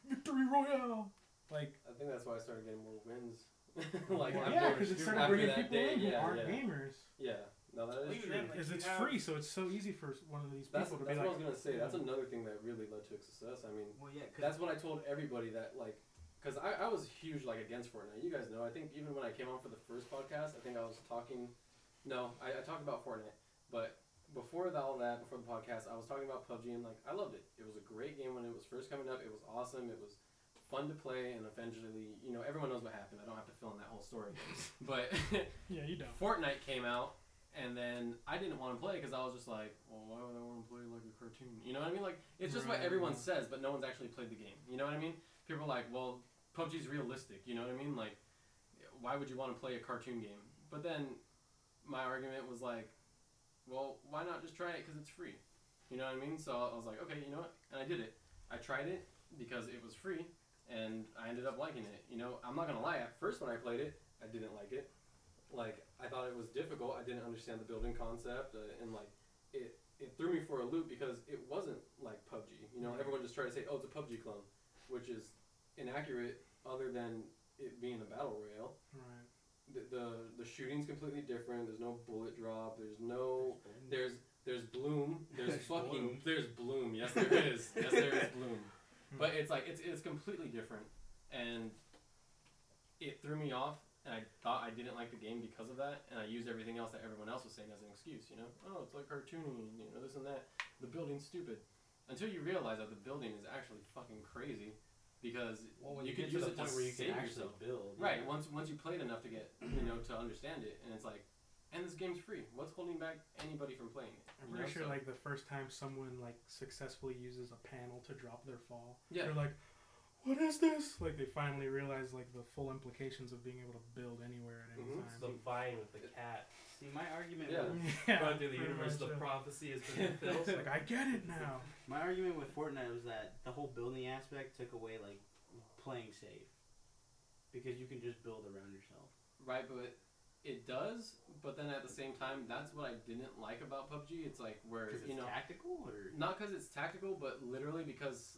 victory royale. Like, I think that's why I started getting more wins. like yeah, 'cause after- yeah, because it started after bringing that people day, in who yeah, aren't yeah. gamers. yeah. No, that is Even true. then, like, Because you it's have- free, so it's so easy for one of these people That's, that's to what be I was like, gonna say. That's another thing that really led to its success. I mean, Well, yeah, because That's what I told everybody that like, because I, I was huge like against Fortnite. You guys know. I think even when I came on for the first podcast, I think I was talking. No, I, I talked about Fortnite, but before the, all that, before the podcast, I was talking about PUBG and like I loved it. It was a great game when it was first coming up. It was awesome. It was fun to play, and eventually, you know, everyone knows what happened. I don't have to fill in that whole story, but yeah, you don't. Fortnite came out, and then I didn't want to play because I was just like, well, why would I want to play like a cartoon? You know what I mean? Like, it's just what Right. everyone says, but no one's actually played the game. You know what I mean? People are like, well, PUBG's realistic. You know what I mean? Like, why would you want to play a cartoon game? But then my argument was like, well, why not just try it because it's free? You know what I mean? So I was like, okay, you know what? And I did it. I tried it because it was free, and I ended up liking it. You know, I'm not gonna lie. At first, when I played it, I didn't like it. Like I thought it was difficult. I didn't understand the building concept, uh, and like it it threw me for a loop because it wasn't like PUBG. You know, everyone just tried to say, oh, it's a PUBG clone, which is inaccurate. Other than it being a battle royale, Right. the the, the shooting's completely different. There's no bullet drop. There's no there's there's bloom. There's There's fucking bloom. Hmm. there's bloom. Yes, there is. yes, there is bloom. But it's like it's it's completely different, and it threw me off. And I thought I didn't like the game because of that, and I used everything else that everyone else was saying as an excuse. You know, oh, it's like cartoony, and you know this and that. The building's stupid. Until you realize that the building is actually fucking crazy, because well, when you, you, could get use to the it point to where you save can actually yourself. build, Right. yeah. Once once you played enough to get you know to understand it, and it's like, and this game's free. What's holding back anybody from playing it? I'm You pretty know, sure so- like the first time someone like successfully uses a panel to drop their fall, Yeah. they're like, "What is this?" Like they finally realize like the full implications of being able to build anywhere at any Mhm. It's the vine with the cat. See, my argument, Yeah. with, time. Yeah, Run through the pretty universe. much, The uh, prophecy has been fulfilled. like I get it now. my argument with Fortnite was that the whole building aspect took away like playing safe, because you can just build around yourself. Right, but it does. But then at the same time, that's what I didn't like about PUBG. It's like where Because it's you know, tactical, or not because it's tactical, but literally because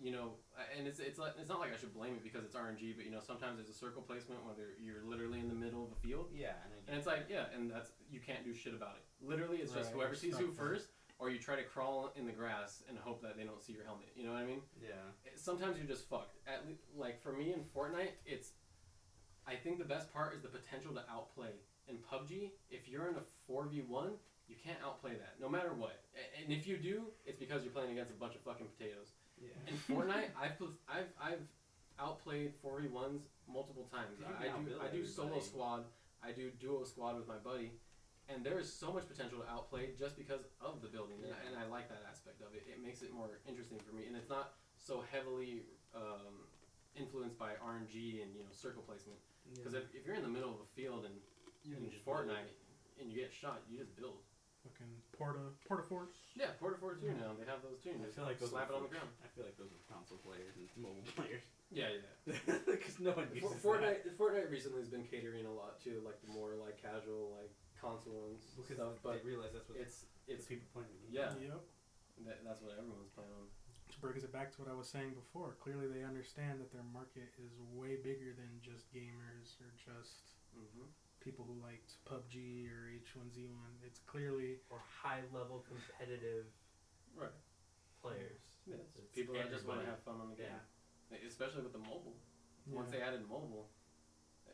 you know, and it's it's like, it's not like I should blame it because it's RNG. But you know, sometimes there's a circle placement where they're- you're literally in the middle of a field, yeah, and I and it's like yeah, and that's you can't do shit about it. Literally, it's just Right, whoever you're sees stuck who there. first. or you try to crawl in the grass and hope that they don't see your helmet. You know what I mean? Yeah. sometimes you're just fucked. At le- like for me in Fortnite, it's I think the best part is the potential to outplay. In PUBG, if you're in a four v one, you can't outplay that, no matter what. A- And if you do, it's because you're playing against a bunch of fucking potatoes. Yeah. In Fortnite, I've pl- I've I've outplayed four v ones multiple times. You I, I can do outbuild I do solo everybody. squad, I do duo squad with my buddy, and there is so much potential to outplay just because of the building, and, I, and I like that aspect of it. It makes it more interesting for me, and it's not so heavily um, influenced by RNG and you know circle placement. Because Yeah. if, if you're in the middle of a field and You in can just Fortnite build. and you get shot, you just build. Fucking Porta Porta Fort. Yeah, Porta Forta two now they have those too. and I just feel like those slap are it on the for- ground. I feel like those are console players and mobile players. Yeah, yeah. Because no one uses For- that. Fortnite, Fortnite recently has been catering a lot to like the more like casual like console and Because stuff, but they realize that's what it's the it's people playing. the game. yeah, Yep. that, that's what everyone's playing on. Which brings it back to what I was saying before. Clearly, they understand that their market is way bigger than just gamers or just Mm-hmm. people who liked PUBG or H1Z1. It's clearly Or high level competitive Right. players. Yeah, It's people that just want to everybody. have fun on the game, Yeah. especially with the mobile. Once they added mobile, uh,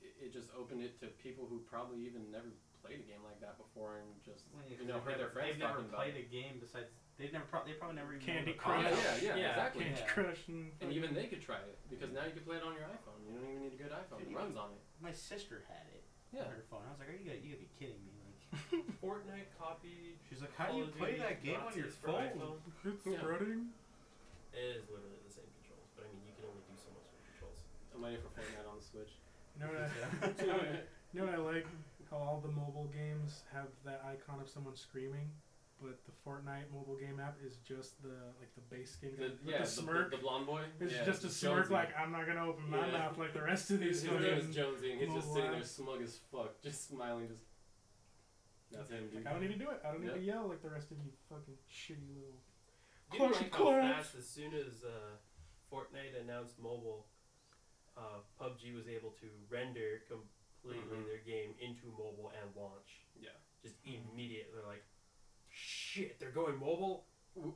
it, it just opened it to people who probably even never played a game like that before and just you know heard their friends They've never talking about. played it. a game besides. They've never. Pro- they probably never even Candy owned a Oh, Crush. Yeah, console. yeah, yeah, Yeah. exactly. Candy Yeah. Crush and And fucking- even they could try it because now you can play it on your iPhone. You don't even need a good iPhone; it Dude, runs on it. My sister had it. Yeah. On her phone. I was like, "Are you gotta, you gotta be kidding me!" Like, Fortnite copied. she's like, "How do you Call of play Duty that game on your Nazis for phone?" iPhone. it's Yeah. spreading. It is literally the same controls, but I mean, you can only do so much with controls. I'm waiting for Fortnite on the Switch. You know what I, you know what I like? How all the mobile games have that icon of someone screaming, but the Fortnite mobile game app is just the like the base skin, The, with yeah, the smirk. The, blonde boy. it's yeah, just a smirk. Jonesy. Like I'm not gonna open my Yeah. mouth like the rest of his, these. his name is fucking- Jonesy, and he's just mobile sitting there apps. smug as fuck, just smiling. Just that's him, dude. I don't need to do it. I don't need Yeah. to yell like the rest of you fucking shitty little. You didn't Clash like of how Clans. fast, as soon as uh, Fortnite announced mobile, uh, PUBG was able to render completely Mm-hmm. Mhm. their game into mobile and launch. Yeah. Just immediately, they're like, shit, they're going mobile? uh,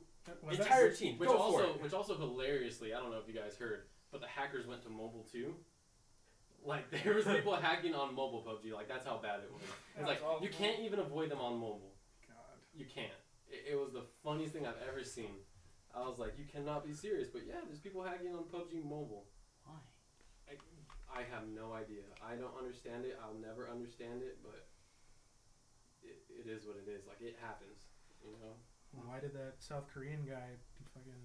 Was that- Entire team, Which go for also, it. which also hilariously, I don't know if you guys heard, but the hackers went to mobile too. Like there was people hacking on mobile PUBG. Like that's how bad it was. It's like That's awful. you can't even avoid them on mobile. God. You can't. It, it was the funniest thing I've ever seen. I was like, you cannot be serious. But yeah, there's people hacking on PUBG mobile. Why? I have no idea. I don't understand it. I'll never understand it, but it, it is what it is. Like it happens, you know. Why did that South Korean guy fucking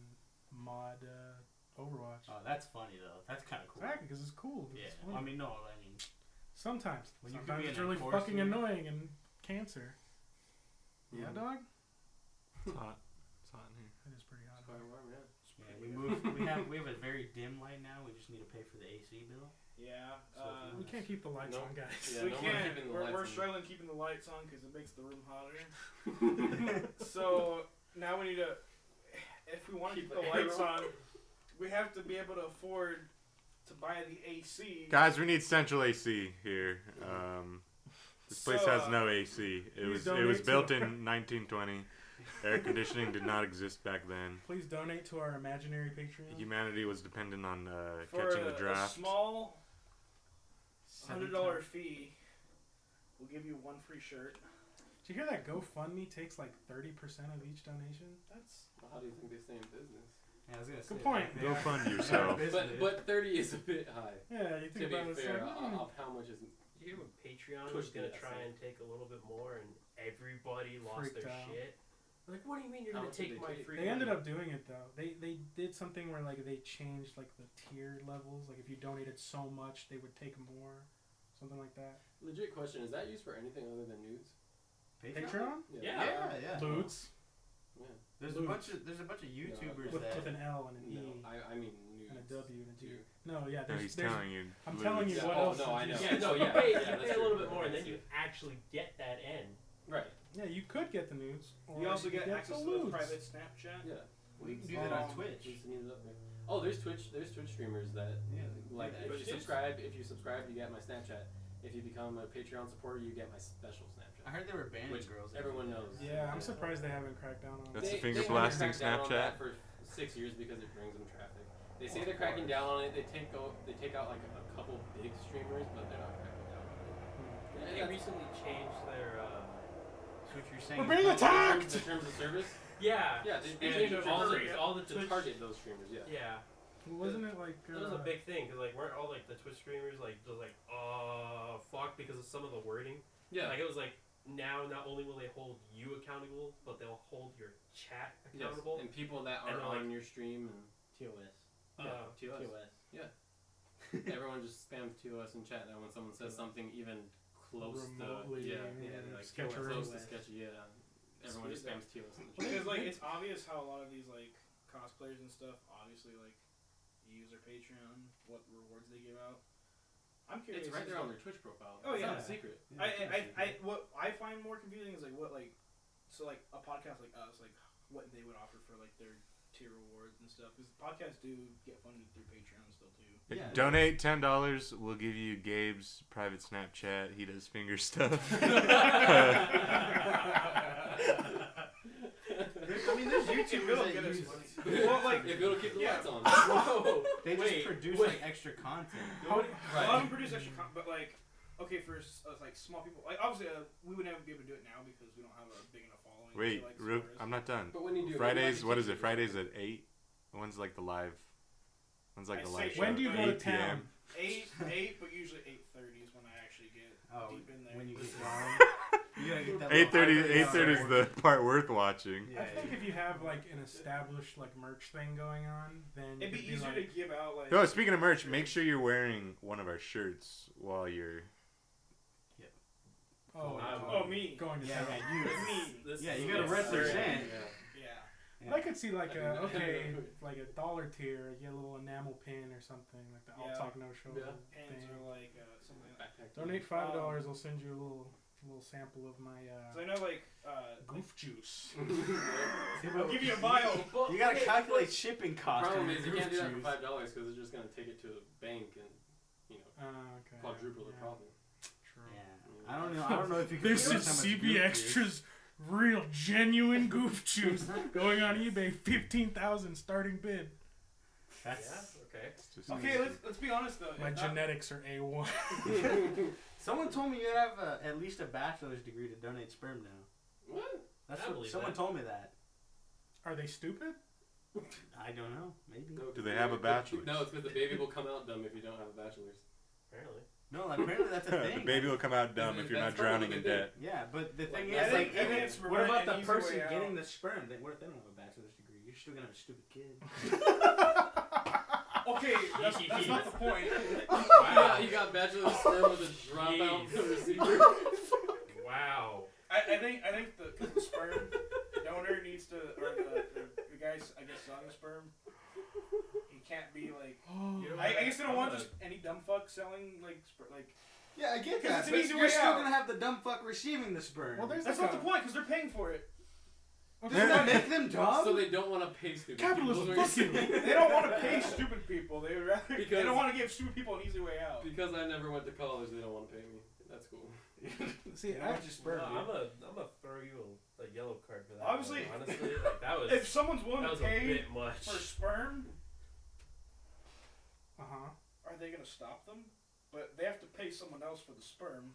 mod uh, Overwatch? Oh, that's funny though. That's kind of cool. Exactly, because it's cool. 'cause Yeah. It's fun. I mean, no. I mean, sometimes, When you can sometimes be it's an really enforcer. fucking annoying and cancer. Yeah, Mhm. dog. It's hot. It's hot in here. It is pretty hot. That's why I'm warm, yeah. yeah, we move. We have we have a very dim light now. We just need to pay for the AC bill. Yeah. So if Uh, you We can't keep the lights No. on, guys. Yeah, we no more can't. keeping the We're, lights we're on. struggling keeping the lights on because it makes the room hotter. so now we need to, if we want to Keep keep the the air lights on. on, we have to be able to afford to buy the AC. Guys, we need central AC here. Um, this place So, has no AC. It please was it was donate to built the- in 1920. Air conditioning did not exist back then. Please donate to our imaginary Patreon. Humanity was dependent on uh, for catching a, the draft. a small Seven hundred dollar fee, we'll give you one free shirt. Did you hear that GoFundMe takes like thirty percent of each donation? That's Well, how do you think they stay in business? Yeah, I was gonna say, Good point. they Go are- fund they are yourself. business. But but thirty is a bit high. yeah. You To think be about it, it's fair, like, o- mm. of how much is Did you hear when Patreon Push was going to the try essay. and take a little bit more and everybody lost Freaked their out. shit? Like, what do you mean you're How going to much did take they my take? free They ended money?" up doing it though. They they did something where like they changed like the tier levels. Like if you donated so much, they would take more, something like that. legit question? Is that used for anything other than nudes? Patreon, Yeah, yeah. boots There's a Loots. bunch of there's a bunch of YouTubers with, that with an L and an No, E I, I mean nudes. and a W and a G. Dude. No, yeah, No, there's, he's there's telling you. I'm lose. telling you Yeah, what oh, else no, did I you know. do? Yeah, no, Yeah, you pay, yeah, you that's pay a true. little bit more, and That's then you it. actually get that end. Right. yeah, you could get the news. or You also get, could access the to the loots. private Snapchat. Yeah. we can do that on Um, Twitch. Just need it up there. Oh, there's Twitch. There's Twitch streamers that Yeah, like yeah, if you it's just- subscribe if you subscribe you get my snapchat If you become a Patreon supporter, you get my special I Snapchat. heard they were banning Which girls. everyone knows. Yeah, I'm surprised they haven't cracked down on. That's it. the finger haven't blasting cracked down on Snapchat. that for six years because it brings them traffic. They say they're cracking down on it. They take o- they take out like a couple big streamers, but they're not cracking down on it. Yeah, they recently changed their. Uh, That's what you're saying. We're being attacked. The terms of service. yeah. Yeah, they, And they changed all all, the- the, all the to target those streamers. Yeah. Yeah. Wasn't it like? Uh, That was a big thing because like weren't all like the Twitch streamers like just like oh fuck because of some of the wording. Yeah. Like it was like now not only will they hold you accountable, but they'll hold your chat Yes. accountable. And people that And are like- on your stream TOS. Uh, and yeah, TOS. TOS. Everyone just spams to us in chat now when someone says something even close Remotely, to yeah, yeah, yeah, like sketchy. close to sketchy. Yeah, everyone just Screw spams to us in the chat. Because like it's obvious how a lot of these like cosplayers and stuff obviously like use their Patreon, what rewards they give out. I'm curious. It's right as there to- on their Twitch profile. Oh, it's yeah. not a secret. I, I, I, I- what I find more confusing is like what like, so like a podcast like us like what they would offer for like their tier rewards and stuff because podcasts do get funded through Patreon still too. Like, Yeah. Donate ten dollars. We'll give you Gabe's private Snapchat. He does finger stuff. I mean, there's YouTubers that use. well, like if it'll keep the Yeah. lights on. Whoa. They just Wait, produce wait. like extra content. a lot of them Right. produce extra content, but like okay for s- uh, like small people like obviously uh, we would never be able to do it now because we don't have a big enough following. to, Wait, like, Ru- support us. I'm not done. But when you do it, Fridays. you What is have it? to Fridays at eight. One's like the live. One's like I the say- live. When show do you at go to 8 p.m. town? eight eight, but usually eight thirty is when I actually get Oh, deep in there. when you get Listen. wrong, you gotta get that. little 8.30 eyebrow 8.30 is down. the part worth watching. Yeah, I think yeah. if you have like an established like merch thing going on, then It'd you be could easier like, to give out like. Oh, speaking of merch, make sure you're wearing one of our shirts while you're. oh, Oh me. going to Yeah, town. yeah, you. Me. Um, This Yeah, is you gotta absurd. represent. Yeah. Yeah. I could see like I a mean, okay, like a dollar tier, get a little enamel pin or something like the I'll Yeah. talk no show. Yeah. Pins or like uh, something. Like Backpack. Donate five dollars, I'll send you a little little sample of my that. uh, So I know like. Uh, goof juice. I'll give you a vial. Well, You gotta okay, calculate shipping The costs. problem on is you your can't do that for juice. five dollars because they're just gonna take it to the bank and you know Uh, Ah, okay. quadruple the Yeah, problem. True. Yeah. I don't know. I don't know if you can. This afford is that much CB Goop juice. Extra's real genuine goof juice going on eBay, fifteen thousand starting bid. That's- Okay. It's just Okay, let's let's be honest though. My if not- genetics are A one. Someone told me you have a, at least a bachelor's degree to donate sperm now. What? That's I what believe someone that. told me that. Are they stupid? I don't know. Maybe. No, Do they have a bachelor's? No, it's because the baby will come out dumb if you don't have a bachelor's. Apparently. No, apparently that's a thing. the baby will come out dumb if you're not That's probably drowning the in thing. debt. Yeah, but the I thing is, think- like, I think even- it's what about an the easy person way out. getting the sperm? They, what if they don't have a bachelor's degree? You're still gonna have a stupid kid. Okay, that's, that's not the point. Wow, you got bachelor's sperm with a dropout Jeez. receiver. Wow. I, I think I think the, 'cause the sperm donor needs to, or the, the, the guy's I guess selling the sperm. He can't be like. Oh, You know I, I guess they don't want I'm just any dumb fuck selling like sper- like. Yeah, I get 'Cause that. it's an but easy you're way still out. gonna have the dumb fuck receiving the sperm. well, there's That's like not the a- point because they're paying for it. Doesn't that make them dumb? so they don't want to pay stupid. Capitalism, people. fuck you. They don't want to pay stupid people. They would rather. they Because- don't want to give stupid people an easy way out. Because I never went to college, they don't want to pay me. That's cool. See, Yeah, I, that's just sperm, No, dude. I'm a I'm gonna throw you a, a yellow card for that. Obviously- one, honestly, like, that was If someone's willing that to was a pay bit much. for sperm, uh huh. are they going to stop them? But they have to pay someone else for the sperm.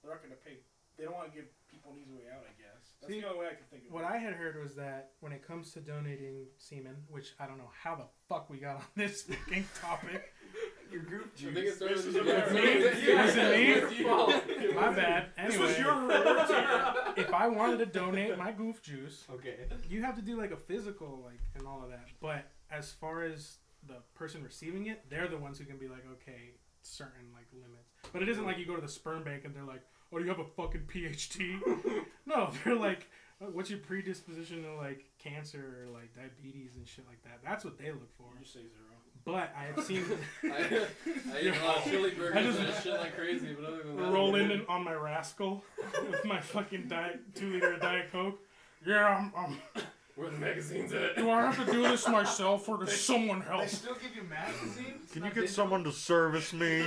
They're not going to pay. They don't want to give people an easy way out. I guess that's See, the only way I can think of. What I had heard was that when it comes to donating semen, which I don't know how the fuck we got on this fucking topic. Your group I think it's This is yeah, America. it's- yeah, Was it me? it's your fault. My bad. This Anyway, was your reward tier. if I wanted to donate my goof juice, Okay. you have to do like a physical, like, and all of that. But as far as the person receiving it, they're the ones who can be like, okay, certain like limits. But it isn't like you go to the sperm bank and they're like, oh, do you have a fucking PhD? no, they're like, "Uh, what's your predisposition to like cancer or like diabetes and shit like that? That's what they look for. You just say zero. But I have seen I, I ate a lot of chili burgers I just- and shit like crazy, but other than that, roll in and- on my rascal with my fucking diet, two liter of Diet Coke. Yeah, I'm, I'm, Where the magazine's at? Do I have to do this myself or does someone help? They still give you magazines? Can you get someone to service me? they,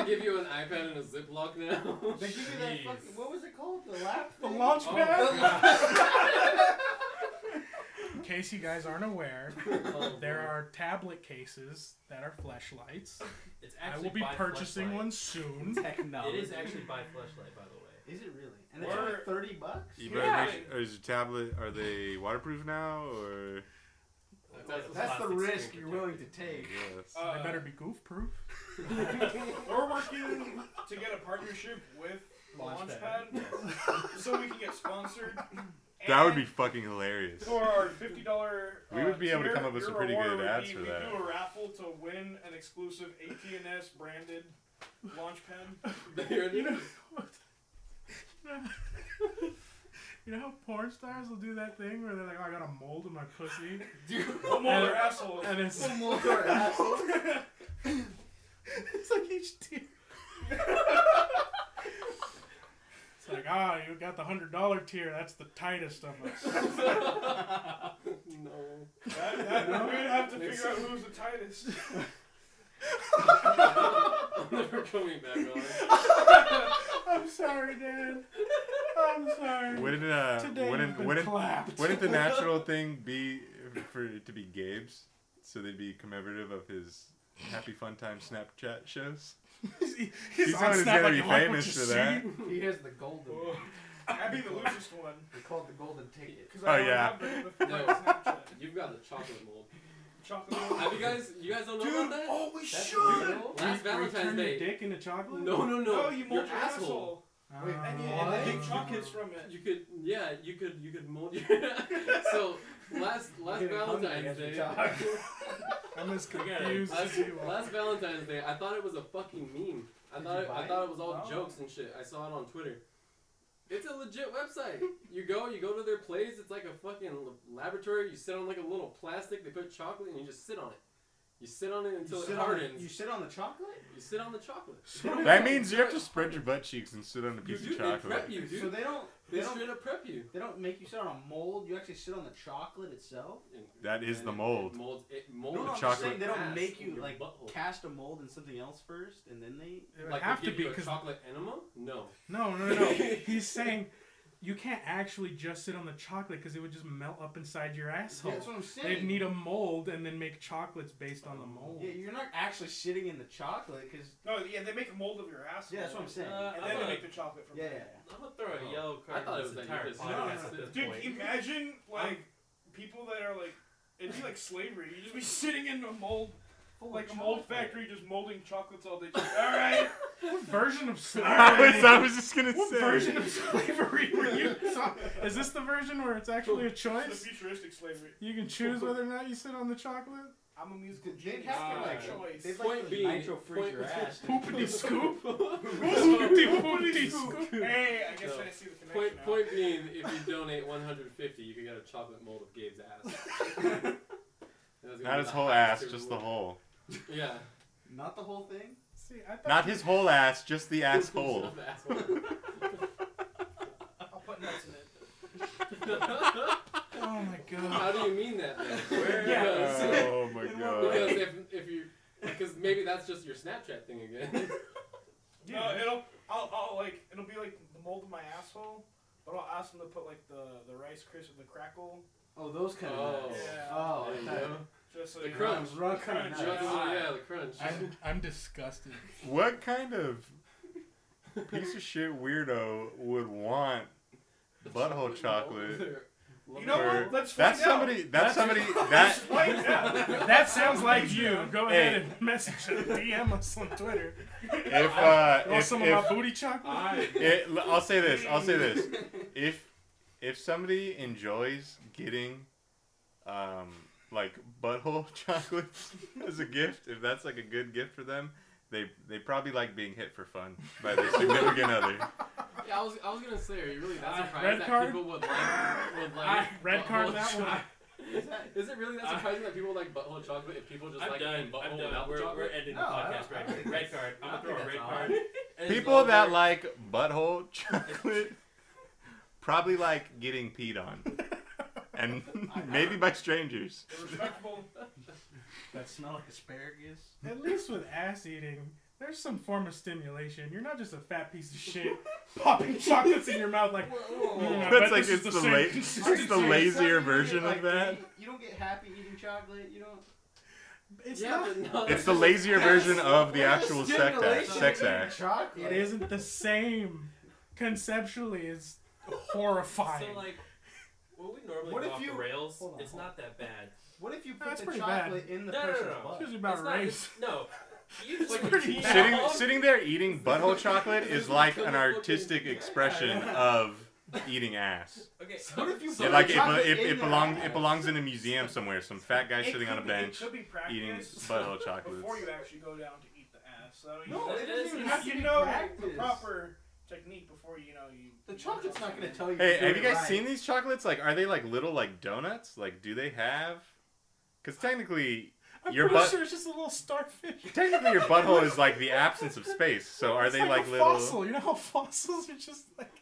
they give you an iPad and a Ziploc now. They give you that fucking. What was it called? The lap. The thing? launch Oh, pad? God. In case you guys aren't aware, Oh, there boy. are tablet cases that are flashlights. It's I actually will be by purchasing Fleshlight. one soon. Technology. It is actually by flashlight, by the way. Is it really? And it's Word. only thirty bucks. You Yeah. better make or is your tablet are they waterproof now or That's, That's the plastic risk screen you're willing to protector. take. yes. Uh, I better be goof proof. We're working to get a partnership with Launchpad, so we can get sponsored. That would And be fucking hilarious. For our fifty dollar, uh, We would be able to come up with some pretty good ads for we that. do a raffle to win an exclusive AT&S branded launch pen. There it You know, is. you know how porn stars will do that thing where they're like, oh, I got a mold in my pussy? Dude, We'll mold their assholes. And it's, it's like each tear. it's like, ah, you got the $100 tier. That's the tightest of us. no. That, that, No. We're gonna have to figure out who's the tightest. I'm never coming back on. I'm sorry, Dad. I'm sorry. Wouldn't uh Today you've wouldn't been wouldn't clapped. wouldn't the natural thing be for it to be Gabe's so they'd be commemorative of his happy fun time Snapchat shows? he's He's the one who's gonna be famous for that. He has the golden. Oh, I'd be the loosest one. They call it the golden ticket. 'cause I Oh, don't yeah. have the- the No. Snapchat. You've got the chocolate mold. Chocolate. Have you guys? You guys don't know about that? we That's legal? Last Valentine's Turn your Day. dick into chocolate? No, no, no. oh, No, you mold Your your asshole. Ah. Wait, And you and What? they make chocolates from it. You could, yeah, you could, you could mold your. so last last Getting hungry as Valentine's we Day. talk. I'm as We gotta- confused as Last, you are. last Valentine's Day, I thought it was a fucking meme. I Did thought you it, buy I it? thought it was all No. jokes and shit. I saw it on Twitter. It's a legit website. You go, you go to their place. It's like a fucking l- laboratory. You sit on like a little plastic. They put chocolate and you just sit on it. You sit on it until You it sit, on, hardens. you sit on the chocolate? You sit on the chocolate. That means you have to spread your butt cheeks and sit on a You piece do. of They prep chocolate. you, dude. So they don't they they don't straight up prep you. they don't make you sit on a mold, you actually sit on the chocolate itself. And- That is and the it- mold. It molds. It No, molds. no, I'm The just chocolate. saying they don't ass make in you your like butthole. cast a mold in something else first and then they It would Like have they to give be you a because chocolate enema? No. no, no, no, no. He's saying you can't actually just sit on the chocolate because it would just melt up inside your asshole. That's what I'm They'd saying. need a mold and then make chocolates based on the mold. yeah, you're not actually sitting in the chocolate because No, yeah, they make a mold of your asshole. yeah, that's what I'm saying. Uh-huh. Uh, And I'm then they gonna- make the chocolate from yeah, yeah, that. yeah. I'm gonna throw a Oh. yellow card. I thought on it this was that you entire just- podcast No, no, at no. this Dude, point. imagine like people that are like it'd be like slavery. You'd just be sitting in a mold Full of like a mold chocolate. factory just molding chocolates all day. Just, all right. What version of I slavery? was, I was just gonna what say. version of slavery were you? talking- Is this the version where it's actually a the choice? futuristic slavery. You can choose whether or not you sit on the chocolate. I'm a musical They'd genius. have to, Give me a like, choice. they'd like- Point to being, nitro freeze point, your ass. Poopity scoop. Poopity Poopity scoop. scoop. Hey, I guess No. I see the connection. Point, now. point being, if you donate 150, you can get a chocolate mold of Gabe's ass. That was gonna Not be his the whole ass, highest just the reward. whole. Yeah. Not the whole thing. See, I thought Not his whole ass, just the asshole. Just the asshole. I'll put nuts in it. Oh my god. How do you mean that? Then? Yeah. Because, Oh my because god. if, if you, because maybe that's just your Snapchat thing again. No, it'll. I'll, I'll like. It'll be like the mold of my asshole, but I'll ask them to put like the the rice crisp with the crackle. Oh, those kind of Oh. nuts. Yeah. Oh, There you I thought- go. Just so The you crunch. know. Wrong kind of Crunch. nuts. Just- yeah, the crunch. I'm, I'm disgusted. What kind of piece of shit weirdo would want butthole chocolate? You know Or- what? Let's find That's out. somebody. That's That's- somebody. That Let's find out. That sounds like you. Go Hey. ahead and message us, DM us on Twitter. if uh, You want if, some of if my booty chocolate? it, l- I'll say this. I'll say this. If if somebody enjoys getting um like butthole chocolates as a gift, if that's like a good gift for them, they they probably like being hit for fun by their significant other. Yeah, I was, I was gonna say, are you really that Uh, surprised red that card? people would like, would like I- red card butthole that cho- one. Is, that, is it really that I- surprising that people like butthole chocolate if people just I'm like done. eating I'm butthole done. without We're, chocolate? we're ending the No, I podcast don't- I right don't here. think Red that's- card. I'm I gonna throw don't a think red that's card. odd. It is People that over. like butthole chocolate probably like getting peed on. and maybe by strangers. They're respectable. That smell like asparagus. At least with ass eating, there's some form of stimulation. You're not just a fat piece of shit popping chocolates in your mouth like. oh, "Mm, I bet That's like this is it's the, same la- it's consistency." the lazier version of that. You don't get happy eating chocolate. You don't. It's yeah, not. but no, It's the lazier version of the What is actual sex act. stimulation Sex in act. Chocolate. It isn't the same. Conceptually, it's horrifying. So like, what we normally What go if off you- the rails. hold on, it's hold not that bad. What if you put That's the pretty bad. chocolate in the No, no, person's no, no. butt? it's just about it's not, race. It's, no, you just It's like pretty beat bad. Sitting off. sitting there eating butthole chocolate is like an artistic expression of eating ass. Okay, What if you It, put like the it, be- it, chocolate in it their belongs ass? it belongs in a museum somewhere. Some fat guy It sitting on a could be- bench It could be eating practiced butthole chocolates. before you actually go down to eat the ass. So you, No, it doesn't even you, have have to you be know the practiced. proper technique before you know you. The you chocolate's not gonna tell you. Hey, to do have you it guys right. seen these chocolates? Like, are they like little like donuts? Like, do they have? Because technically, I'm your pretty butt- sure it's just a little starfish. technically your butthole is like the absence of space. So are It's they like, like, a little? fossil? You know how fossils are just like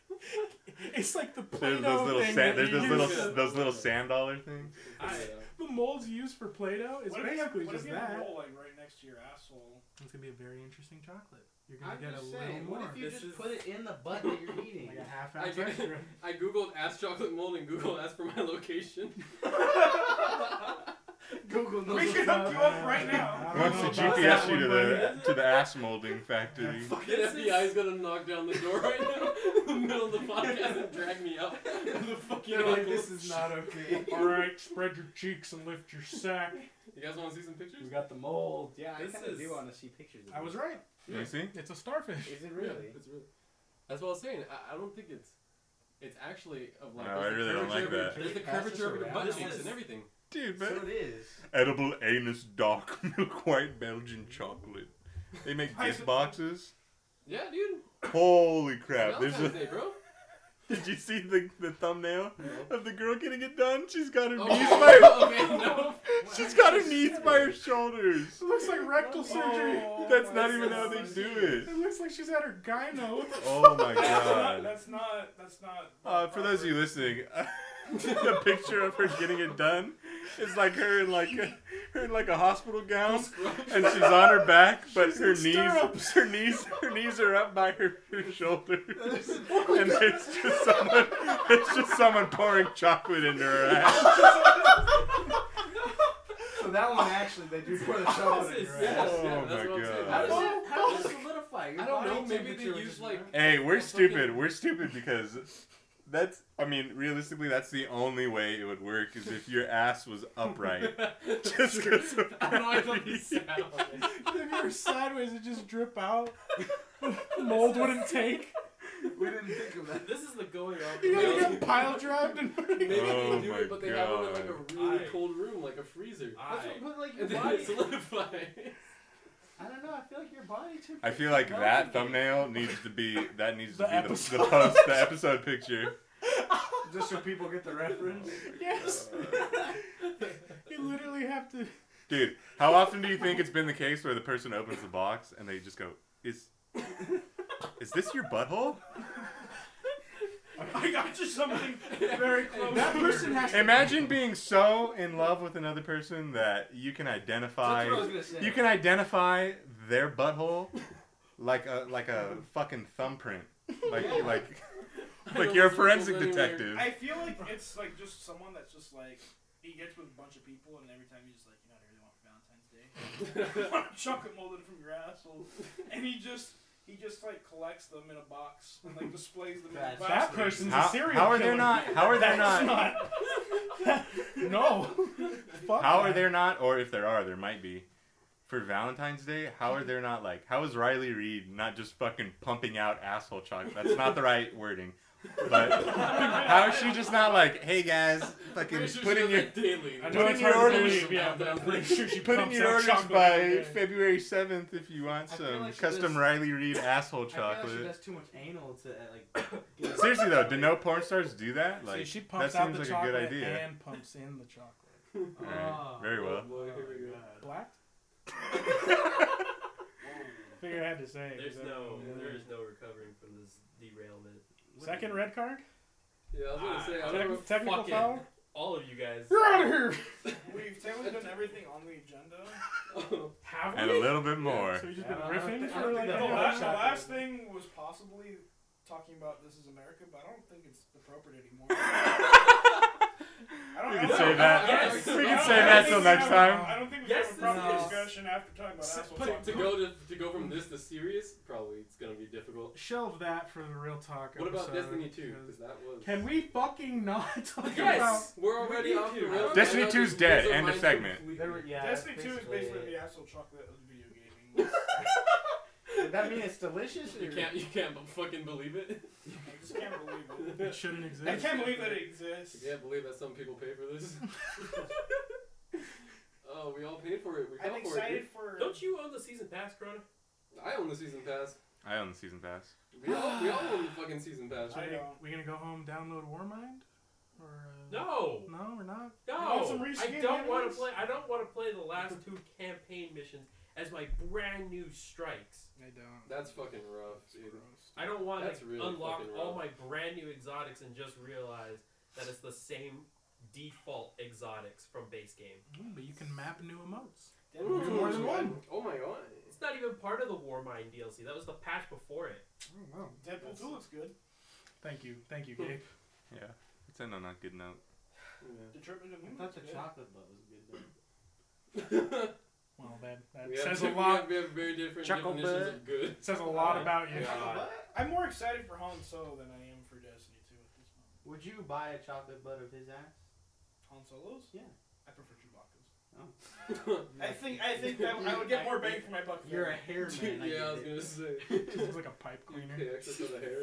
it's like the Play-Doh There's those little thing. sand. that There's you those use little to- those little sand dollar things. the molds you use for Play-Doh. It's What if you have, basically what just if you have a that. roll like right next to your asshole? It's gonna be a very interesting chocolate. You're gonna I'm get a just little saying, more. what if you This just is- put it in the butt that you're eating? like a half I ounce do- extra. I googled ass chocolate mold and Google asked for my location. Google knows. We what's should hook you up. up right now. I don't What's know the about GPS that you to one, the to the ass molding factory? Fucking This FBI is gonna knock down the door right now in the middle of the podcast and drag me out. The fucking You're like, uncle. this is not okay. buddy. All right, spread your cheeks and lift your sack. You guys want to see some pictures? We got the mold. Yeah, I This kind of is- do want to see pictures. Of I was this. right. Let me see. It's a starfish. Is it Yeah, really? it's really. That's what I was saying. I, I don't think it's. It's actually of like. No, I there's the really don't like curvature of that. your- There's the Can you pass curvature of this your butt around? cheeks This and is- everything. Dude, So but it is. edible anus dark milk white Belgian chocolate. They make gift boxes. Yeah, dude. Holy crap! There's Valentine's a Day, bro. Did you see the, the thumbnail of the girl getting it done? She's got her Oh, knees by her, okay, no. she's got her knees by her shoulders. It looks like rectal surgery. That's not my even how they goodness. do It it. looks like she's at her gyno. What the Oh my That's not. god. That's not. That's not Uh, for those of you listening, the picture of her getting it done is like her in like a, her in like a hospital gown, and she's on her back, but She's in her knees stirrups. her knees her knees are up by her, her shoulders, and it's just someone it's just someone pouring chocolate into her ass. So that one actually, they do put a chocolate in This your is- yeah, ass. Oh yeah, that's my what I'm saying. God. How How does it- does it? How does it solidify? Your I don't know, body maybe they temperature use, just like- dropped. Hey, we're Fucking- stupid. We're stupid because that's. I mean, realistically, that's the only way it would work is if your ass was upright. Just because. I don't know. I thought this sound. if you were sideways, it just drip out. Mold wouldn't take. We didn't think of that. This is the going off. the You gotta Yeah. rails. get pile drived and Maybe Oh they do my it, but they have it in like God. a really I- cold room, like a freezer. That's I, what, but like your And then it body. solidifies. I don't know. I feel like your body temperature. I feel like is that melting. thumbnail needs to be that needs to The be the, episode. the post the episode picture. Just so people get the reference. Yes. you literally have to. Dude, how often do you think it's been the case where the person opens the box and they just go, "Is is this your butthole?" I got you something very close. That person has. Imagine being so in love with another person that you can identify. That's what I was gonna say. You can identify their butthole like a like a fucking thumbprint. Like like I like don't you're a see forensic holes anywhere. detective. I feel like it's like just someone that's just like he gets with a bunch of people, and every time he's just like, you know, what I really want for Valentine's Day. I want a chocolate molded from your asshole, and he just he just like collects them in a box and like displays them. in That's- a box. That person's How, a serial how are killer. they not how are they That's not no. Fuck how are that. there not or if there are there might be for Valentine's Day, how are there not like how is Riley Reed not just fucking pumping out asshole chocolate? That's not the right wording. But how is she just not like, hey guys, fucking Pretty sure put she in does your that daily. I Like, know Put it's in your hard to orders. believe, yeah, but I'm pretty sure she Put in pumps your out orders chocolate every by day. February 7th if you want I feel some like she custom does- Riley Reed asshole I feel like she chocolate. does too much anal to uh, like. Seriously though, do no porn stars do that? See, Like, she pumps that out seems the like a chocolate good idea. and pumps in the chocolate. All right, Oh, uh, Very well. boy, here we go. Black? Figure I had to say. it, 'cause There's no, everyone- there is no recovering from this derailment. Second red card? Yeah, I was gonna say. I Tec- Oh, don't know. technical fuck it. foul? all of you guys. You're out of here. We've technically done everything on the agenda. Have And a little bit more. So you just been Yeah. riffing I don't for think like The an that's last, hour? the last thing was possibly talking about This Is America, but I don't think it's appropriate anymore. I don't We I can don't save know. that. Yes. We I can save don't- I that don't till think next we have- time. I don't think we Yes, have a proper this is- discussion after talking about S- asshole put to talking. go to to go from this to serious, probably it's gonna be difficult. Shelve that for the real talk. What about episode, Destiny Two? because- Because that was. Can we fucking not talk Yes. We're already We off the do. rails. Destiny I know 2's these dead. are End of mine segment. completely. There were- yeah, Destiny 2 is basically basically it. the actual chocolate of video gaming. Does that mean it's delicious? Or You can't you can't b- fucking believe it. I just can't believe about? It shouldn't it. I exist. can't believe that it exists. You can't believe that some people pay for this. oh, we all paid for it. We I'm fell for it. excited for. Don't you own the season pass, Corona? I own the season pass. I own the season pass. We all we all own the fucking season pass. So I we, don't. we gonna go home, download Warmind, or uh, No, No, we're not. no. want some I reskin don't want animals? to play. I don't want to play the last two campaign missions as my brand new strikes. I don't. That's fucking rough, dude. I don't want That's to really unlock fucking all rough. my brand new exotics and just realize that it's the same default exotics from base game. Mm, but you can map new emotes. Ooh. There's more than one. Oh my god. It's not even part of the Warmind DLC. That was the patch before it. Oh wow. Deadpool 2 looks good. Thank you, thank you, Gabe. Yeah. Let's end on a good note. The Trip into I Moon thought looks the good. chocolate butt was good. Though. Well, that, that we have says two, a lot. We have, we have very different Chuckle definitions of good. Says a lot about you. Yeah. I'm more excited for Han Solo than I am for Destiny 2 at this moment. Would you buy a chocolate butt of his ass? Han Solo's? Yeah. I prefer Chewbacca's. I No. think I think that I would get more bang for my buck. You're a hair man. I yeah, I get was it. gonna say. It's like a pipe You cleaner. pay extra for the hair.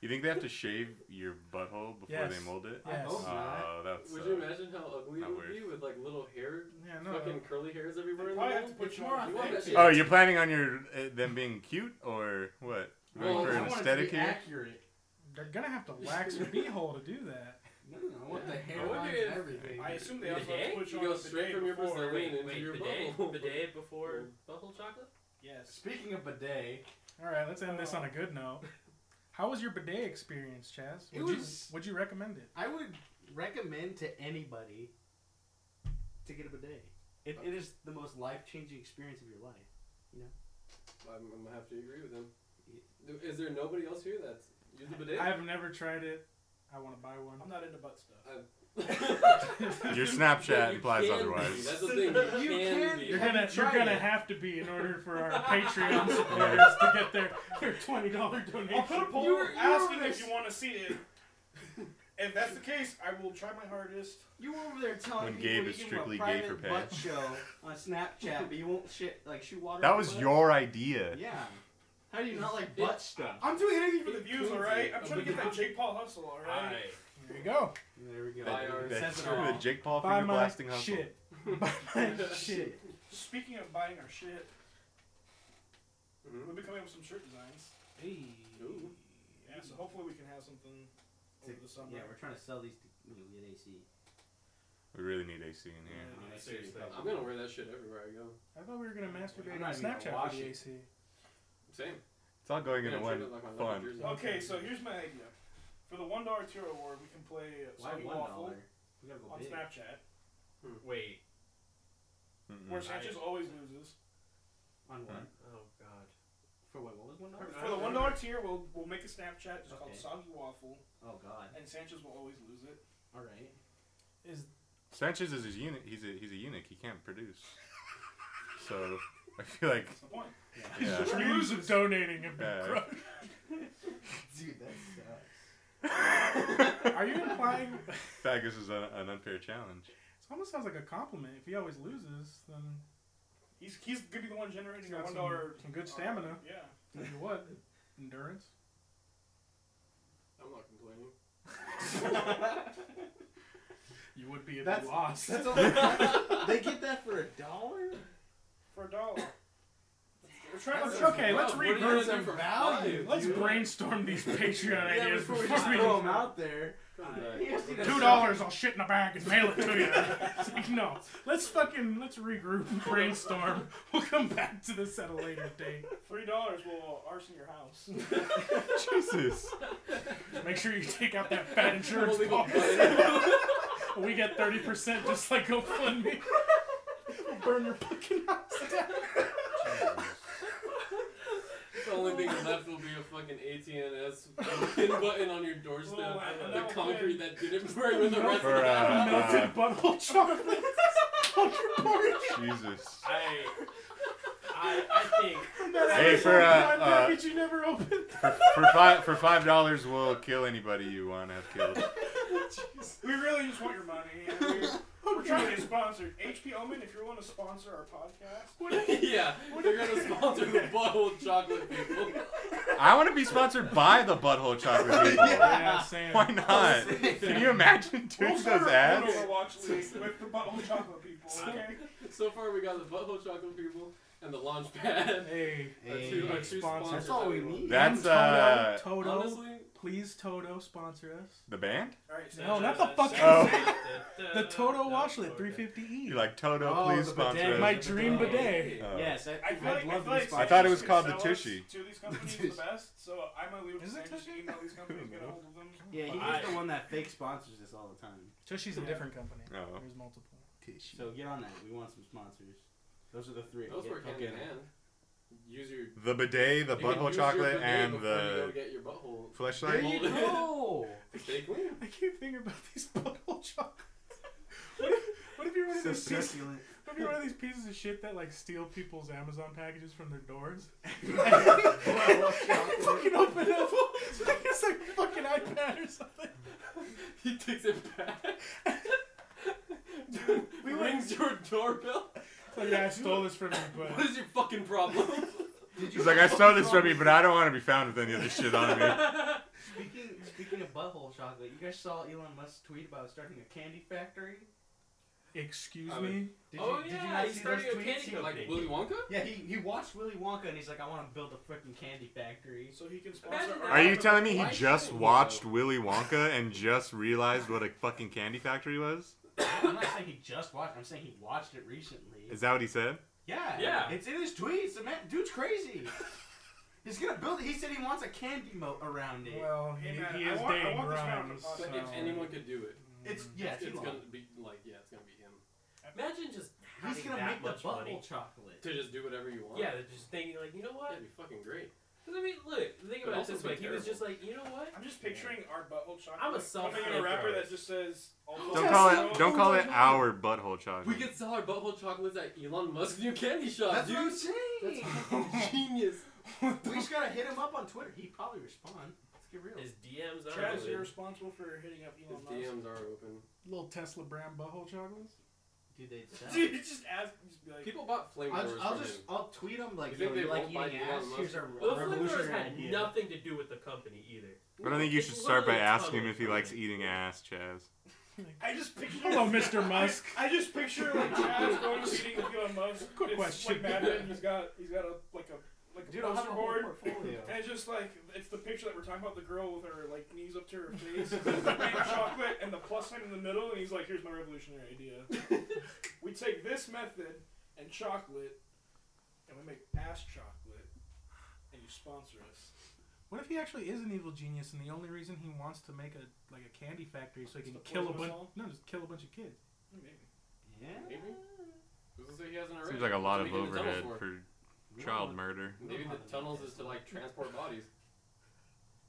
You think they have to shave your butthole before Yes. they mold it? Yeah. Yes. I hope not. Oh, that's. Would you imagine how ugly Not it would weird. be with like little hair, Yeah, no. fucking curly hairs everywhere They in the probably have world? to put you more on on a that thick shit. Oh, you're planning on your uh, them being cute or what? Going Well, for I an want it to aesthetic be here? accurate. They're gonna have to wax your beehole to do that. No, no, I want the Yeah. hair I wonder lines if- and everything. I assume they also have Bidet? to put you, You on go a straight bidet from your before- Brazilian into Wait, your the day, bubble. the day before butthole chocolate? Yes. Speaking of bidet, All right, let's end this on a good note. How was your bidet experience, Chaz? It Would was- you would you recommend it? I would recommend to anybody to get a bidet. It, it is the most life changing experience of your life. I'm, I'm gonna have to agree with him. Is there nobody else here that's used the bidet? I've never tried it. I want to buy one. I'm not into butt stuff. Your Yeah, Snapchat you implies can be. otherwise. That's the thing. You, You can, can- be. You're Have you gonna you're tried gonna it? have to be in order for our Patreon supporters to get their, their twenty dollar donation. I'll put a poll You were- you asking were- if you want to see it. if that's the case, I will try my hardest. You were over there telling When people Gabe you is give strictly them a gay private for pay. butt show on Snapchat, but you won't shit like shoot water. That in was butt. your idea. Yeah. How do you not like butt stuff? I'm doing anything for the It views, proves all right. it. I'm trying to get that Jake Paul hustle, all right. There you go. There we go. Buy our- That, that, Says it all. the Jake Paul Buy finger my blasting hustle. shit. Buy my shit. Speaking of buying our shit, Mhm. we'll be coming up with some shirt designs. Hey. Mm-hmm. Ooh. Yeah, so hopefully we can have something over the summer. Yeah, we're trying to sell these to you know, get AC. We really need AC in here. Yeah. Yeah, seriously. I'm gonna wear that shit everywhere I go. I thought we were gonna I'm masturbate not on even gonna Snapchat watch with it. AC. Same. It's all going into Yeah, one treat it like my leather fun. jersey. Okay, so here's my idea. For the one dollar tier award, we can play uh, Why Soggy one Waffle dollar? We gotta go on big. Snapchat, Wait. where Mm-mm. Sanchez always loses. On what? Oh God. For what? What was one dollar? Uh, For the one dollar tier, we'll we'll make a Snapchat just called Okay. Soggy Waffle, Oh God. and Sanchez will always lose it. All right. Is Sanchez is his eunuch. He's a he's a eunuch. He can't produce. So I feel like That's the point. yeah. uh, the news of donating have been Yeah. crushed. Dude, that sucks. Are you implying? Fagus is an, an unfair challenge. It almost sounds like a compliment. If he always loses, then He's he's gonna be the one generating he's the got one some, dollar. Uh, some good stamina. yeah. Tell you what, endurance. I'm not complaining. You would be if That's- you lost. That's all. they get that for a dollar. For a dollar. We're trying That's to a- Okay, let's Wow, what do you regroup. do for value? Let's dude? brainstorm these Patreon Yeah, ideas before we just we throw them out there. Right. You just need to Two sell- dollars, I'll shit in a bag and mail it to you. It's like, no, let's fucking let's regroup and brainstorm. We'll come back to this at a later date. Three dollars will arson your house. Jesus. Just make sure you take out that fat insurance Holy policy. we get thirty percent, just like GoFundMe. We'll burn your fucking house down. The only thing left will be a fucking ATNS pin button on your doorstep. Oh, I know the that one. concrete that didn't burn with the rest For, of the uh, Melted butthole chocolate. Jesus. I, I, I think Hey, for, uh, That uh, package you never opened. For, for five for five dollars, we'll kill anybody you want to have killed. we really just want your money. and We're, we're trying to get sponsored. HP Omen, if you want to sponsor our podcast, yeah, they're gonna sponsor the butthole chocolate people. I want to be sponsored by the butthole chocolate people. Yeah, Sam. Why not? Can you imagine doing we'll those start ads? a Overwatch League with the butthole chocolate people. Okay. So far, we got the butthole chocolate people and the launch pad. Hey, Are two, are two Sponsor. sponsors That's all we that want. need. That's uh And Toto, Toto, Honestly, please Toto sponsor us. the band. All right. So No, not the fucking. Oh. uh, The Toto washlet fifty. E. 350E. You like Toto? Oh, please the sponsor bidet. us. My dream bidet. Uh, Yes, I, I feel like, I'd I, love feel to be like I sponsored. thought it Samsung was could called the sell us Tushy. Two of these companies are the best, so I might leave Is this it and just Tushy? email these companies, get a hold of them. Yeah, he's I- the one that fake sponsors us all the time. Tushy's a Yeah. different company. Oh. There's multiple. So get on that. We want some sponsors. Those are the three. those Get- work hand okay. in hand. Use your The bidet, the you can butthole use your chocolate, bidet and before you go the get your butthole. There fleshlight. you Well- go. Stay clean. I keep thinking about these butthole chocolates. What if, what if you're one of So these pieces? succulent. What if you're one of these pieces of shit that like steal people's Amazon packages from their doors? fucking open it up. It's like, it's like a fucking iPad or something. He takes it back. Dude, We rings your doorbell. It's like, yeah, I stole this from you, What but is your fucking problem? He's like, I stole this from you, but I don't want to be found with any of this shit on me. Speaking speaking of butthole chocolate, you guys saw Elon Musk's tweet about starting a candy factory. excuse I would- me. Did oh yeah, you, did you not he's see starting those a tweets? candy He- cane like Willy Wonka. Yeah, he, he watched Willy Wonka and he's like, I want to build a freaking candy factory. So he can sponsor Imagine our Are you telling me he Why just shouldn't we, watched though? Willy Wonka and just realized what a fucking candy factory was? I'm not saying he just watched. I'm saying he watched it recently. Is that what he said? yeah, Yeah. It's in his tweets. The man, dude's crazy. he's gonna build. He said he wants a candy moat around it. Well, Hey, he, man, he I is want- I dating want this man on the Grimes. podcast. But if so- anyone could do it, It's yeah, it's, it's Elon. gonna be like yeah, it's gonna be him Imagine just having He's gonna that make the much money. butthole chocolate. to just do whatever you want. Yeah, they're just thinking like, you know what? that'd be fucking great. Because I mean, look, think But about it also this be way. He was terrible. just like, you know what? I'm just picturing our butthole chocolate. I'm a coming in self-made a rapper artist. that just says. all Don't butthole call chocolate. it. Don't call it our butthole chocolate. We could sell our butthole chocolates at Elon Musk's new candy shop, That's dude. what I'm saying. That's fucking genius. we just gotta hit him up on Twitter. He'd probably respond. Let's get real. His DMs are Travis, you're open. responsible for hitting up His Elon Musk. DMs are open. Little Tesla brand butthole chocolates. Dude, they'd sell. Dude, you just ask. Just be like, People bought flame I'll, wars I'll from just him. I'll tweet him like, You yo, think you they like won't like eating Elon ass? Musk? Here's our Well, the Flippers revolutionary had idea. nothing to do with the company either. I don't think you It's should start by literally a asking tunnel. him if he likes eating ass, Chaz. I just picture. Hello, Mr. Musk. I just picture like Chaz going to a meeting with Elon Musk. Quick it's question. Like Mad Men. He's got he's got a like a like a Dude, I'll have poster a whole board. portfolio. And it's just like it's the picture that we're talking about—the girl with her like knees up to her face, with the made of chocolate, and the plus sign in the middle. And he's like, "Here's my revolutionary idea. we take this method and chocolate, and we make ass chocolate, and you sponsor us." What if he actually is an evil genius, and the only reason he wants to make a like a candy factory so he can Just to kill a poison us bunch? all? No, just kill a bunch of kids. Maybe. Yeah. Maybe. Who's to say he hasn't already? Seems like a lot That's of what we do the tunnels overhead for. for We don't child want- murder. we don't Maybe want the to tunnels make is to like Tesla. transport bodies.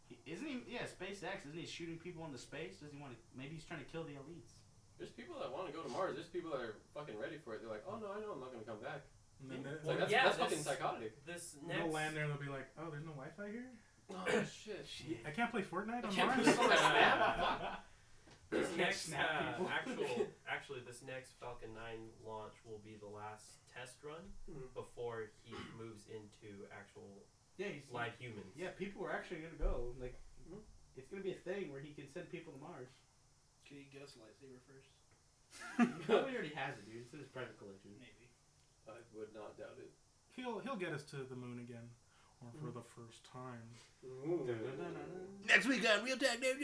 He- Isn't he? Yeah, SpaceX. Isn't he shooting people into space? Doesn't he want to? Maybe he's trying to kill the elites. There's people that want to go to Mars. There's people that are fucking ready for it. They're like, oh no, I know I'm not gonna come back. And then It's Like, they- that's, Yeah, that's this- fucking psychotic. This they'll next. land there and they'll be like, "Oh, there's no Wi-Fi here. Oh shit. I can't play Fortnite I on can't Mars." play Fortnite. This Can't next snap uh, people. actual, actually, this next Falcon 9 launch will be the last test run Mhm. before he moves into actual Yeah, he's live humans. Yeah, people are actually gonna go. Like, Mhm. it's gonna be a thing where he can send people to Mars. Can you guess lightsaber first? he probably already has it, dude. It's in his private collection. Maybe. I would not doubt it. He'll he'll get us to the moon again, or for the first time. Next week on Real Tech Nation.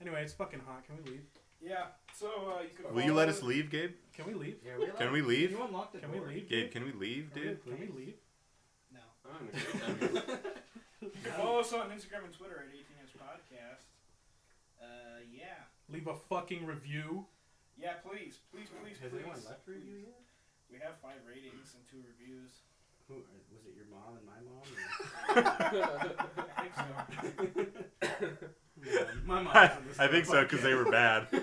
Anyway, it's fucking hot. Can we leave? Yeah. So uh, you can Will you let follow- us leave, Gabe? Can we leave? Yeah, we Can like- we leave? You unlocked the Can we door. leave? Gabe, can we leave, Can we- dude? Can we leave? No. I'm gonna go down. You can follow us on Instagram and Twitter at 18 Inch Podcast. Uh, yeah. Leave a fucking review. Yeah, please, please, please, Has please. anyone left for you yet? We have five ratings and two reviews. Who, uh, was it your mom and my mom? or- I think so. my mom. I, I think so because they were bad. so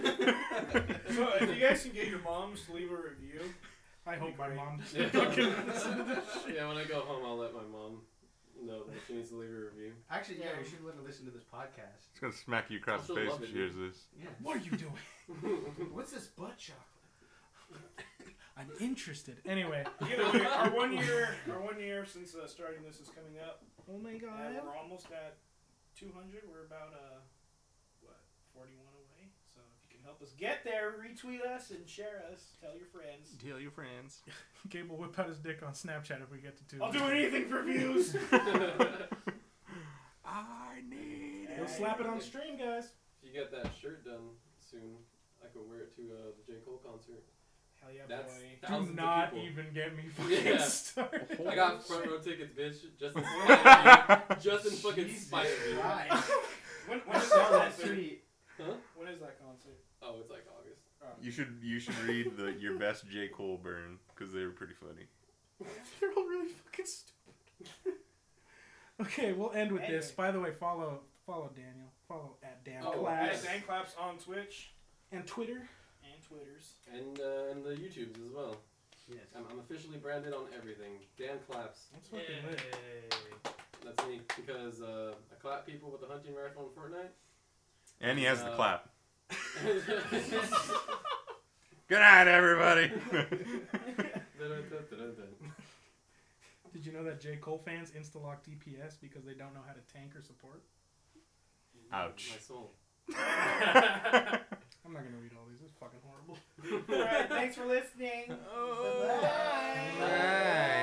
if you guys can get your moms to leave a review, I hope my Great. mom doesn't Yeah. fucking listen to this. yeah, when I go home, I'll let my mom know that she needs to leave a review. Actually, yeah, we should let her listen to this podcast. It's gonna smack you across the I still face love if it, she hears this. Yeah. What are you doing? What's this butt chocolate? I'm interested. Anyway. either way, our one year, our one year since uh, starting this is coming up, Oh my and we're almost at 200. We're about uh, what 41 away. So if you can help us get there, retweet us and share us. Tell your friends. Tell your friends. Gabe will whip out his dick on Snapchat if we get to two. I'll do anything for views. I need He'll slap it on stream, guys. If you get that shirt done soon, I can wear it to uh, the J. Cole concert. Hell yeah, That's boy. thousands do of not people. even get me fucking Yeah. started. I got front row tickets, bitch. Just in spite of you. Just in fucking spite of you. Christ. When, when I is saw that that concert? tweet. When is that concert? Oh, it's like August. You should you should read the your best J Cole burn because they were pretty funny. They're all really fucking stupid. okay, we'll end with this. Anyway. By the way, follow follow Daniel. Follow at Dan Oh, Class Yes, and claps on Twitch and Twitter. and Twitters. And, uh, and the YouTubes as well. Yes. I'm, I'm officially branded on everything. Dan claps. That's fucking lit. That's me because uh, I clap people with a hunting rifle And he has the Uh, clap. in Fortnite. Good night, everybody. Did you know that J Cole fans insta lock DPS because they don't know how to tank or support? Ouch. My soul. I'm not gonna read all these. It's fucking horrible. All right, thanks for listening. Bye.